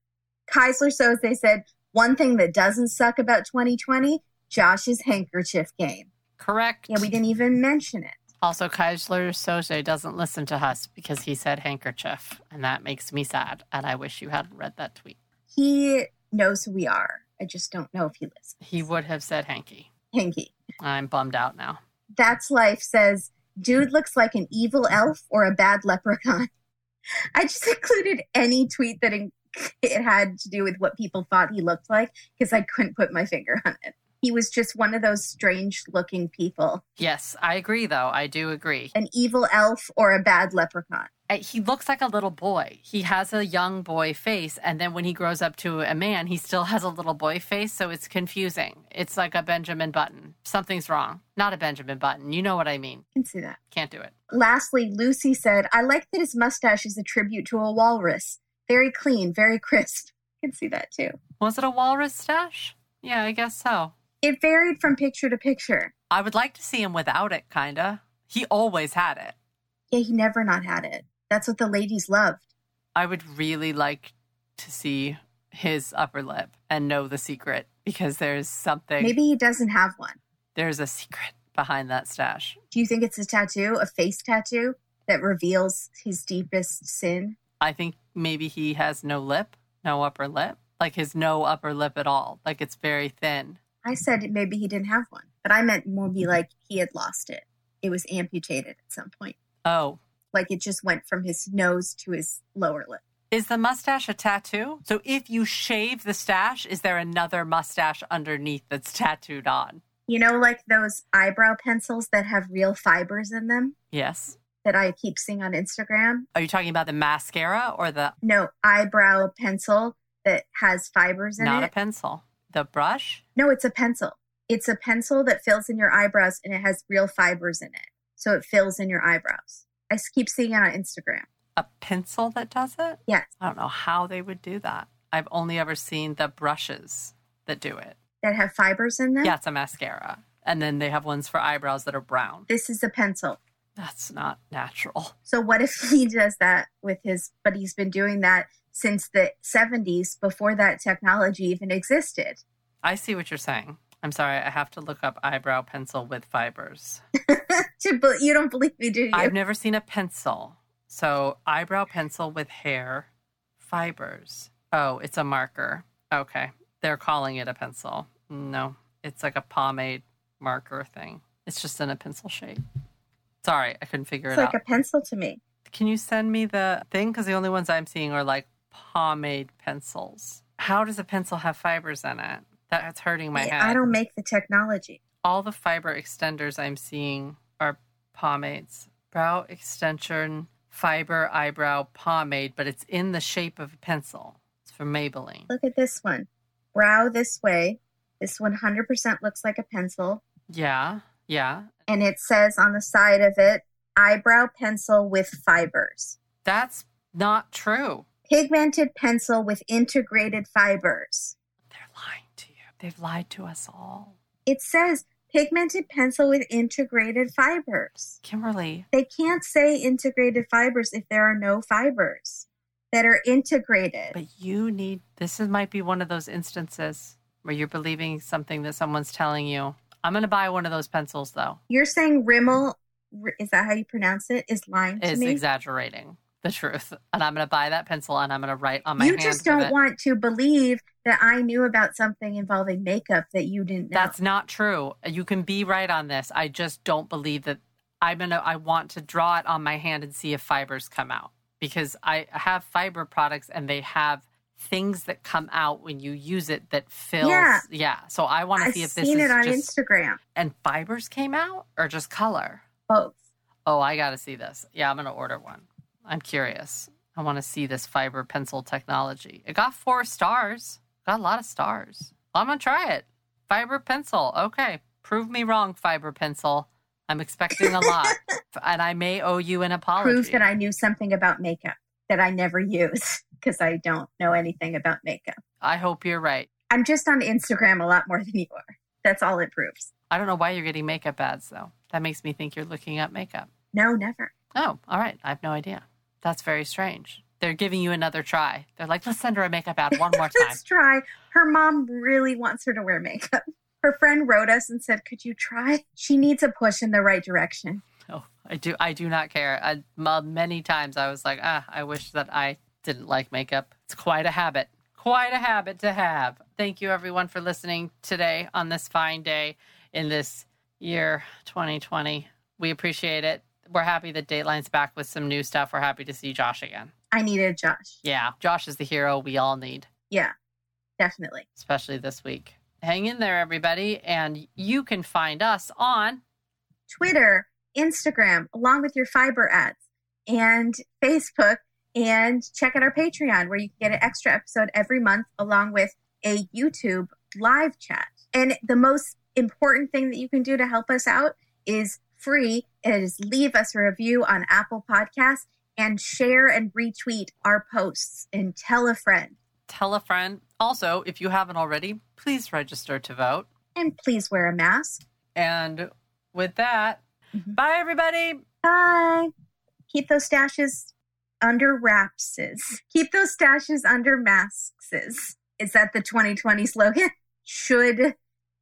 A: Keisler Soze they said, One thing that doesn't suck about 2020 Josh's handkerchief game.
B: Correct.
A: Yeah, we didn't even mention it.
B: Also, Kaisler Soze doesn't listen to us because he said handkerchief, and that makes me sad. And I wish you hadn't read that tweet.
A: He knows who we are. I just don't know if he listens.
B: He would have said hanky.
A: Hanky.
B: I'm bummed out now.
A: That's Life says, dude looks like an evil elf or a bad leprechaun. I just included any tweet that in- it had to do with what people thought he looked like because I couldn't put my finger on it. He was just one of those strange looking people
B: Yes, I agree, though. I do agree.
A: an evil elf or a bad leprechaun.
B: Uh, He looks like a little boy. He has a young boy face, and then when he grows up to a man, he still has a little boy face, so it's confusing. It's like a Benjamin Button. something's wrong. Not a Benjamin Button. You know what I mean.
A: I can see that.
B: Can't do it.
A: Lastly, Lucy said, I like that his mustache is a tribute to a walrus. Very clean, very crisp. I can see that too.
B: Was it a walrus stash? Yeah, I guess so.
A: It varied from picture to picture.
B: I would like to see him without it, kinda. He always had it.
A: Yeah, he never not had it. That's what the ladies loved.
B: I would really like to see his upper lip and know the secret because there's something.
A: Maybe he doesn't have one.
B: There's a secret behind that stash.
A: Do you think it's a tattoo, a face tattoo that reveals his deepest sin?
B: I think maybe he has no lip, no upper lip, like his no upper lip at all. Like it's very thin.
A: I said maybe he didn't have one, but I meant more be like he had lost it. It was amputated at some point.
B: Oh,
A: Like it just went from his nose to his lower lip.
B: is the mustache a tattoo? So if you shave the stash, is there another mustache underneath that's tattooed on?
A: You know, like those eyebrow pencils that have real fibers in them
B: Yes.
A: that I keep seeing on Instagram?
B: Are you talking about the mascara or the
A: No, eyebrow pencil that has fibers in
B: not
A: it.
B: a pencil? The brush?
A: No, it's a pencil. It's a pencil that fills in your eyebrows and it has real fibers in it. So it fills in your eyebrows. I s- keep seeing it on Instagram.
B: A pencil that does it?
A: Yes,
B: I don't know how they would do that. I've only ever seen the brushes that do it.
A: that have fibers in them.
B: Yeah, it's a mascara. And then they have ones for eyebrows that are brown.
A: This is a pencil.
B: That's not natural.
A: So what if he does that with his, but he's been doing that since the 70s before that technology even existed.
B: I see what you're saying. I'm sorry, I have to look up eyebrow pencil with fibers.
A: To be- you don't believe me, do you?
B: I've never seen a pencil. So, eyebrow pencil with hair fibers. Oh, it's a marker. Okay. They're calling it a pencil. No, it's like a pomade marker thing. It's just in a pencil shape. Sorry, I couldn't figure
A: it's
B: it
A: like
B: out.
A: a pencil to me.
B: Can you send me the thing? Because the only ones I'm seeing are like pomade pencils. How does a pencil have fibers in it? That's hurting my head.
A: I don't make the technology.
B: All the fiber extenders I'm seeing are pomades. Brow extension, fiber, eyebrow, pomade, but it's in the shape of a pencil. It's from Maybelline.
A: Look at this one. Brow this way. This 100% looks like a pencil.
B: Yeah, yeah.
A: and it says on the side of it eyebrow pencil with fibers
B: That's not true.
A: pigmented pencil with integrated fibers
B: They're lying to you. They've lied to us all.
A: it says pigmented pencil with integrated fibers
B: Kimberly,
A: they can't say integrated fibers if there are no fibers that are integrated
B: But you need this is might be one of those instances where you're believing something that someone's telling you. I'm gonna buy one of those pencils though.
A: you're saying rimmel R- is that how you pronounce it is lying to
B: Is
A: me
B: exaggerating the truth. And I'm gonna buy that pencil and I'm gonna write on my
A: you
B: hand
A: just
B: with
A: don't
B: it.
A: want to believe that i knew about something involving makeup that you didn't know
B: That's not true. You can be right on this. I just don't believe that I'm gonna I want to draw it on my hand and see if fibers come out. Because I have fiber products and they have things that come out when you use it that fills
A: Yeah.
B: yeah. So I want to
A: i've
B: see if this
A: seen
B: is
A: it on
B: just
A: instagram
B: and fibers came out or just color?
A: both
B: Oh, I got to see this. Yeah, I'm going to order one. I'm curious. I want to see this fiber pencil technology. It got four stars, got a lot of stars. I'm going to try it. Fiber pencil. Okay. Prove me wrong, fiber pencil. I'm expecting a lot. and I may owe you an apology.
A: prove that I knew something about makeup that I never use because I don't know anything about makeup.
B: I hope you're right.
A: I'm just on Instagram a lot more than you are. That's all it proves.
B: I don't know why you're getting makeup ads, though. That makes me think you're looking up makeup.
A: No, never.
B: Oh, all right. I have no idea. That's very strange. They're giving you another try. They're like, let's send her a makeup ad one more time.
A: Let's try. Her mom really wants her to wear makeup. Her friend wrote us and said, Could you try? She needs a push in the right direction.
B: Oh, I do. I do not care. I, m- many times I was like, ah, I wish that I didn't like makeup. It's quite a habit. Quite a habit to have. Thank you, everyone, for listening today on this fine day in this year 2020. We appreciate it. We're happy that Dateline's back with some new stuff. We're happy to see Josh again.
A: I needed Josh.
B: Yeah, Josh is the hero we all need,
A: Definitely.
B: especially this week. Hang in there, everybody. And you can find us on
A: Twitter, Instagram, along with your fiber ads and Facebook. And check out our Patreon where you can get an extra episode every month along with a YouTube live chat. And the most important thing that you can do to help us out is free. It is leave us a review on Apple Podcasts and share and retweet our posts and tell a friend.
B: Tell a friend. Also, if you haven't already, please register to vote.
A: And please wear a mask.
B: And with that,
A: Mhm.
B: bye everybody.
A: Bye. Keep those stashes under wrapses. Keep those stashes under maskses. Is that the 2020 slogan? Should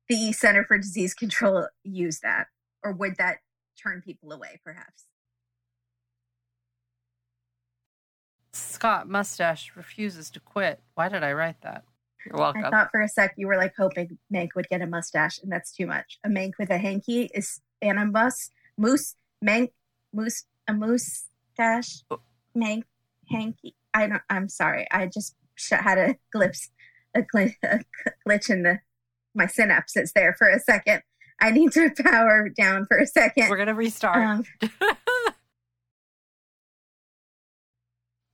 A: the Center for Disease Control use that? Or would that turn people away, perhaps?
B: Scott Mustache refuses to quit. Why did I write that? You're welcome.
A: I thought for a sec you were like hoping Mank would get a mustache, and that's too much. A Mank with a hanky is and a mus moose Mank moose a moose dash
B: Oh.
A: Mank hanky. I don't. I'm sorry. I just sh- had a glimpse, a, gl- a gl- glitch in the my synapses there for a second. I need to power down for a
B: We're
A: second.
B: gonna restart.
A: Um,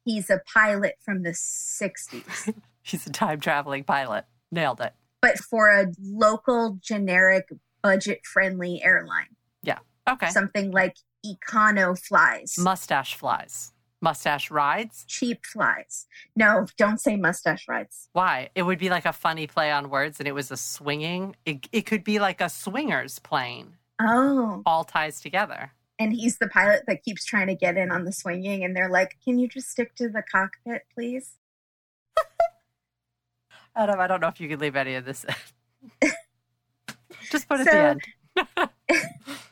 A: he's a pilot from the '60s,
B: He's a time traveling pilot. Nailed it.
A: but for a local generic budget-friendly airline.
B: Okay.
A: something like econo flies,
B: Mustache flies. Mustache rides.
A: cheap flies. No, don't say mustache rides.
B: Why? It would be like a funny play on words, and it was a swinging. It, it could be like a swingers plane,
A: Oh,
B: all ties together.
A: and he's the pilot that keeps trying to get in on the swinging, and they're like, "Can you just stick to the cockpit, please?"
B: Adam, I don't know if you could leave any of this in. Just put it at
A: So-
B: the end.